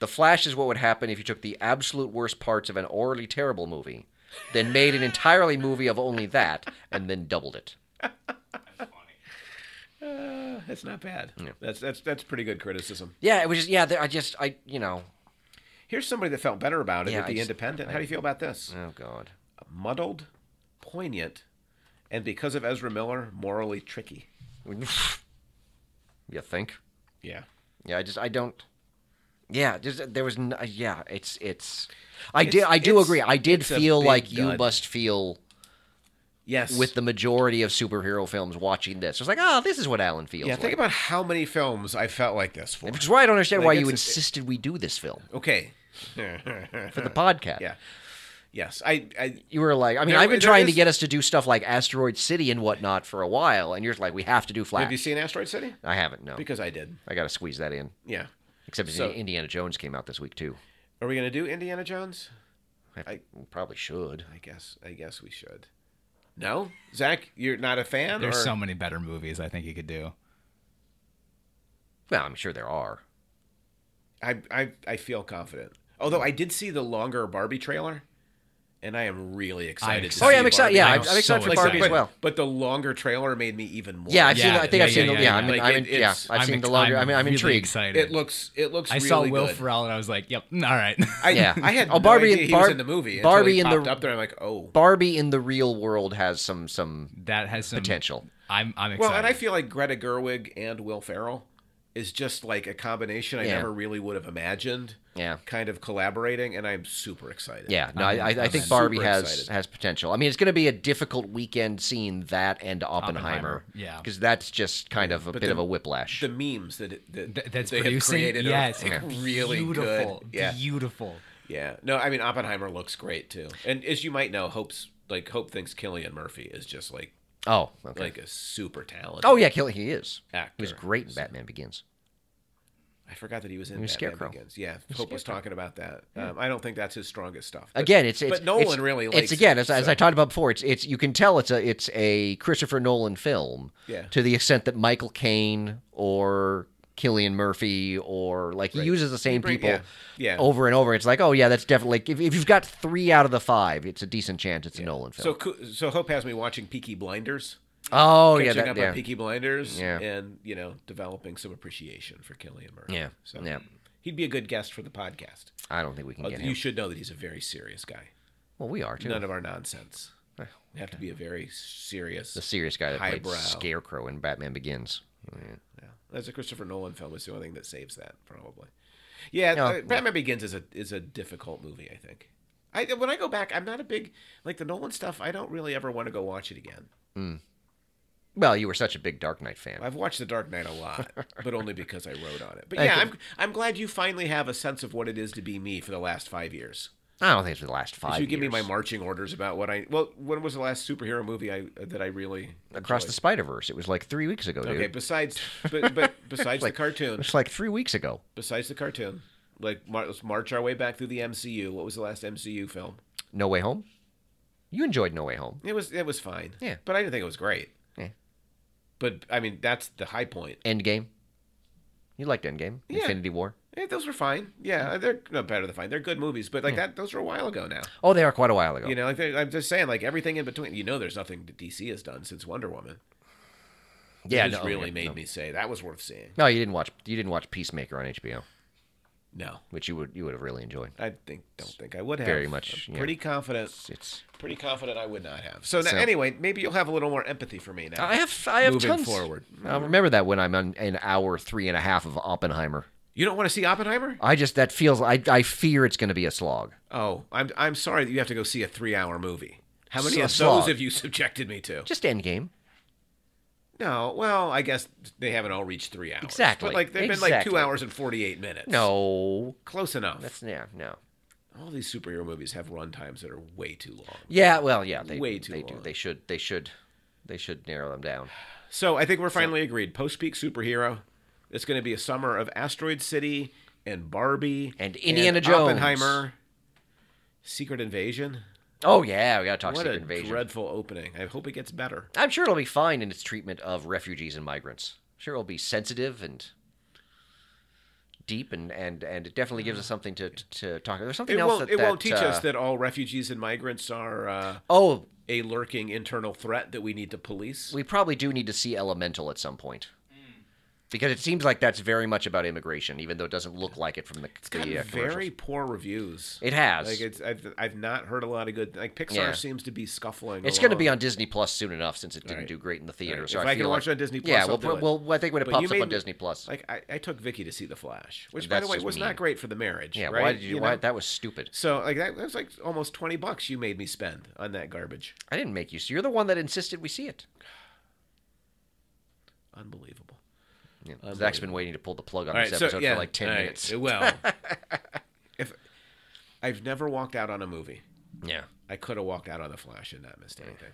S2: the flash is what would happen if you took the absolute worst parts of an orally terrible movie then made an entirely movie of only that and then doubled it
S1: Uh, that's not bad. That's that's that's pretty good criticism.
S2: yeah it was just yeah i just i you know
S1: Here's somebody that felt better about it
S2: Yeah,
S1: at
S2: I
S1: the
S2: just-
S1: Independent. How do you feel about this?
S2: oh god
S1: Muddled, poignant, and because of Ezra Miller, morally tricky.
S2: you think
S1: Yeah.
S2: Yeah, I just I don't. Yeah, just there was n yeah. It's it's. I
S1: It's-
S2: did I do
S1: it's-
S2: agree. I did
S1: it's a
S2: feel
S1: big
S2: like you
S1: dud.
S2: must feel
S1: Yes.
S2: with the majority of superhero films watching this. It's like oh, this is what Alan feels.
S1: yeah.
S2: like.
S1: Think about how many films I felt like this for.
S2: which is why I don't understand
S1: Like,
S2: why
S1: it's-
S2: you
S1: it-
S2: insisted we do this film
S3: (laughs)
S1: Okay.
S2: for the podcast.
S1: Uh, yeah. Yes. I. I
S2: You were like, I mean,
S1: There-
S2: I've been
S1: there
S2: trying to
S1: is-
S2: get us to do stuff like Asteroid City and whatnot for a while, and you're just like, we have to do Flash.
S1: have you seen Asteroid City?
S2: I haven't. No,
S1: Because I did.
S2: I got to squeeze that in.
S1: Yeah.
S2: Except
S1: So-
S2: Indiana Jones came out this week too.
S1: Are we gonna do Indiana Jones?
S2: I,
S1: I-
S2: probably should.
S1: I guess. I guess we should. No, Zach, you're not a fan.
S3: There's
S1: or...
S3: so many better movies I think you could do.
S2: Well, I'm sure there are.
S1: I, I I feel confident. Although I did see the longer Barbie trailer, and I am really excited. to
S3: excited.
S2: Oh
S1: see
S2: yeah, I'm excited.
S1: Barbie.
S2: Yeah,
S3: I'm
S2: I'm, I'm
S3: so
S2: excited for
S1: Like,
S3: excited.
S2: Barbie as
S1: but,
S2: well.
S1: But the longer trailer made me even more.
S2: Yeah, I've seen.
S3: Yeah,
S2: I think I've
S3: yeah,
S2: seen.
S3: yeah,
S2: the,
S3: yeah,
S2: yeah, I'm,
S1: yeah.
S2: I'm,
S1: Like,
S2: in-
S1: it-
S2: yeah,
S1: it's-
S2: I've
S3: I'm
S2: seen the
S3: ex-
S2: longer.
S3: I'm
S2: I'm, I'm
S3: really
S2: intrigued.
S3: Excited.
S1: it looks it looks.
S3: I
S1: really
S3: saw Will
S1: good.
S3: Ferrell and I was like, "Yep, (laughs) all
S1: (laughs)
S3: right."
S1: I,
S2: Yeah.
S1: I had
S2: Oh,
S1: Barbie.
S2: Barbie
S1: No
S2: and-
S1: idea he was
S2: Bar-
S1: in the movie. until
S2: Barbie
S1: he
S2: and the-
S1: popped up there. I'm like, oh.
S2: Barbie in the real world has some some
S3: that has some
S2: potential.
S3: I'm I'm
S1: Well,
S3: excited.
S1: and I feel like Greta Gerwig and Will Ferrell is just like a combination I
S2: Yeah.
S1: never really would have imagined.
S2: Yeah.
S1: Kind of collaborating, and I'm super excited.
S2: Yeah, no, I, I, I
S3: I'm
S2: think
S3: super
S2: Barbie has
S1: excited.
S2: has potential. I mean, it's going to be a difficult weekend seeing that and Oppenheimer.
S3: Oppenheimer, yeah.
S2: because that's just kind of a bit
S1: the-
S2: of a whiplash.
S1: the memes that, it- that,
S3: Th- that's
S1: they
S3: producing.
S1: have created
S3: yeah,
S1: are
S3: it's
S1: like, (laughs) really
S3: beautiful,
S1: good. Yeah,
S3: beautiful.
S1: yeah. No, I mean Oppenheimer looks great too, and as you might know, Hope's like Hope thinks Killian Murphy is just like
S2: oh, okay.
S1: like a super talent.
S2: oh yeah, Kill he is.
S1: actor.
S2: He was great in Batman Begins.
S1: I forgot that he was in
S2: was
S1: Batman
S2: Scarecrow.
S1: Begins. Yeah, Hope was talking about that. Um, I don't think that's his strongest stuff. but-
S2: Again, it's, it's
S1: but Nolan
S2: it's-
S1: really likes
S2: It's again
S1: it,
S2: as, as
S1: so-
S2: I talked about before. It's it's you can tell it's a it's a Christopher Nolan film.
S1: Yeah.
S2: To the extent that Michael Caine or Killian Murphy or like he uses the same
S1: bring-
S2: people
S1: yeah, yeah.
S2: over and over. It's like oh yeah, that's definitely like, if if you've got three out of the five, it's a decent chance it's a Nolan film.
S1: So coo- so Hope has me watching Peaky Blinders.
S2: oh yeah,
S1: catching
S2: that,
S1: up
S2: yeah.
S1: on Peaky Blinders
S2: Yeah.
S1: and you know developing some appreciation for Killian Murphy.
S2: Yeah,
S1: so
S2: yeah.
S1: he'd be a good guest for the podcast.
S2: I don't think we can
S1: Uh,
S2: get
S1: you
S2: him.
S1: should know that he's a very serious guy.
S2: Well, we are too.
S1: None of our nonsense.
S2: Well,
S1: You have to be a very serious.
S2: the serious guy that
S1: Highbrow.
S2: played Scarecrow in Batman Begins. Yeah.
S1: yeah. That's a Christopher Nolan film. It's the only thing that saves that probably. Yeah,
S2: No.
S1: uh, Batman Begins is a is a difficult movie. I think. I when I go back, I'm not a big like the Nolan stuff. I don't really ever want to go watch it again.
S2: Well, you were such a big Dark Knight fan.
S1: I've watched The Dark Knight a
S2: (laughs)
S1: lot, but only because I wrote on it. But
S2: Thank
S1: yeah,
S2: you.
S1: I'm I'm glad you finally have a sense of what it is to be me for the last five years.
S2: I don't think it's the last five.
S1: If you give me
S2: years.
S1: my marching orders about what I well, when was the last superhero movie I that I really
S2: across the
S1: enjoyed?
S2: Spider Verse. It was like three weeks ago, dude.
S1: okay
S2: (laughs)
S1: besides but, but besides
S2: Like-
S1: the cartoon
S2: It's like three weeks ago.
S1: besides the cartoon like mar- let's march our way back through the MCU. What was the last MCU film?
S2: No Way Home. You enjoyed No Way Home.
S1: It was it was fine.
S2: Yeah.
S1: but I didn't think it was great.
S2: Yeah.
S1: But I mean, that's the high point.
S2: Endgame. You liked Endgame.
S1: Yeah.
S2: Infinity War.
S1: Yeah, those were fine. Yeah, they're no better than fine. They're good movies, but
S2: Hmm.
S1: like that, those were a while ago now.
S2: Oh, they are quite a while ago.
S1: You know, like they're- I'm just saying, like everything in between. You know, there's nothing that DC has done since Wonder Woman.
S2: yeah,
S1: it just
S2: no,
S1: really
S2: yeah,
S1: made
S2: no.
S1: me say that was worth seeing.
S2: No, you didn't watch. You didn't watch Peacemaker on HBO,
S1: No,
S2: which you would you would have really enjoyed.
S1: I think don't think I would have.
S2: Very much,
S1: I'm
S2: yeah.
S1: pretty confident.
S2: It's.
S1: Pretty confident I would not have. So, now,
S2: So-
S1: anyway, maybe you'll have a little more empathy for me now.
S2: I have. I have
S1: Moving
S2: tons.
S1: forward.
S2: I'll remember that when I'm on an hour three and a half of Oppenheimer.
S1: You don't want to see Oppenheimer?
S2: I just that feels. I I fear it's going to be a slog.
S1: Oh, I'm I'm sorry that you have to go see a three-hour movie. How many
S2: So
S1: of
S2: slog.
S1: those have you subjected me to?
S2: Just Endgame.
S1: No, well, I guess they haven't all reached three hours.
S2: Exactly.
S1: But like they've been like two
S2: Exactly.
S1: hours and forty-eight minutes.
S2: No,
S1: close enough.
S2: that's yeah, no.
S1: All these superhero movies have run times that are way too long.
S2: Yeah, well, yeah, they
S1: Way too
S2: they do.
S1: long.
S2: They should they should they should narrow them down.
S1: So I think we're finally agreed. Post peak superhero. It's going to be a summer of Asteroid City and Barbie
S2: And Indiana Jones.
S1: Oppenheimer, Secret Invasion.
S2: Oh yeah, we got to talk
S1: What
S2: Secret
S1: a
S2: Invasion.
S1: dreadful opening. I hope it gets better.
S2: I'm sure it'll be fine in its treatment of refugees and migrants. sure it'll be sensitive and deep and and and it definitely gives us something to to talk about. There's something
S1: Mm-hmm. It
S2: else
S1: won't.
S2: that
S1: it won't
S2: that,
S1: teach us
S2: uh,
S1: that all refugees and migrants are uh,
S2: Oh,
S1: a lurking internal threat that we need to police.
S2: we probably do need to see Elemental at some point.
S1: Mm.
S2: Because it seems like that's very much about immigration, even though it doesn't look like it from the,
S1: It's got
S2: the uh, commercials.
S1: very poor reviews.
S2: It has.
S1: Like it's, I've, I've not heard a lot of good. Like Pixar
S2: Yeah.
S1: seems to be scuffling.
S2: It's going to
S1: along.
S2: be on Disney Plus soon enough, since it didn't
S1: Right.
S2: do great in the theater.
S1: Right.
S2: So
S1: If
S2: I,
S1: I can
S2: feel
S1: watch
S2: like-
S1: it on Disney Plus,
S2: yeah,
S1: I'll
S2: we'll,
S1: do it.
S2: we'll- I think when it
S1: But you
S2: pops up
S1: made
S2: on
S1: me-
S2: Disney Plus.
S1: Like I, I took Vicky to see The Flash, which by the
S2: That's
S1: way
S2: just
S1: was
S2: mean.
S1: not great for the marriage.
S2: yeah,
S1: right?
S2: why did you?
S1: know?
S2: why, that was stupid.
S1: So like that, that was like almost twenty bucks you made me spend on that garbage.
S2: I didn't make you. So you're the one that insisted we see it.
S1: Unbelievable.
S2: Yeah. Zach's been waiting to pull the plug on
S1: All right,
S2: this
S1: so
S2: episode
S1: yeah,
S2: for like ten
S1: all right,
S2: minutes. (laughs)
S1: Well, if I've never walked out on a movie,
S2: Yeah,
S1: I could have walked out on The Flash and not missed anything.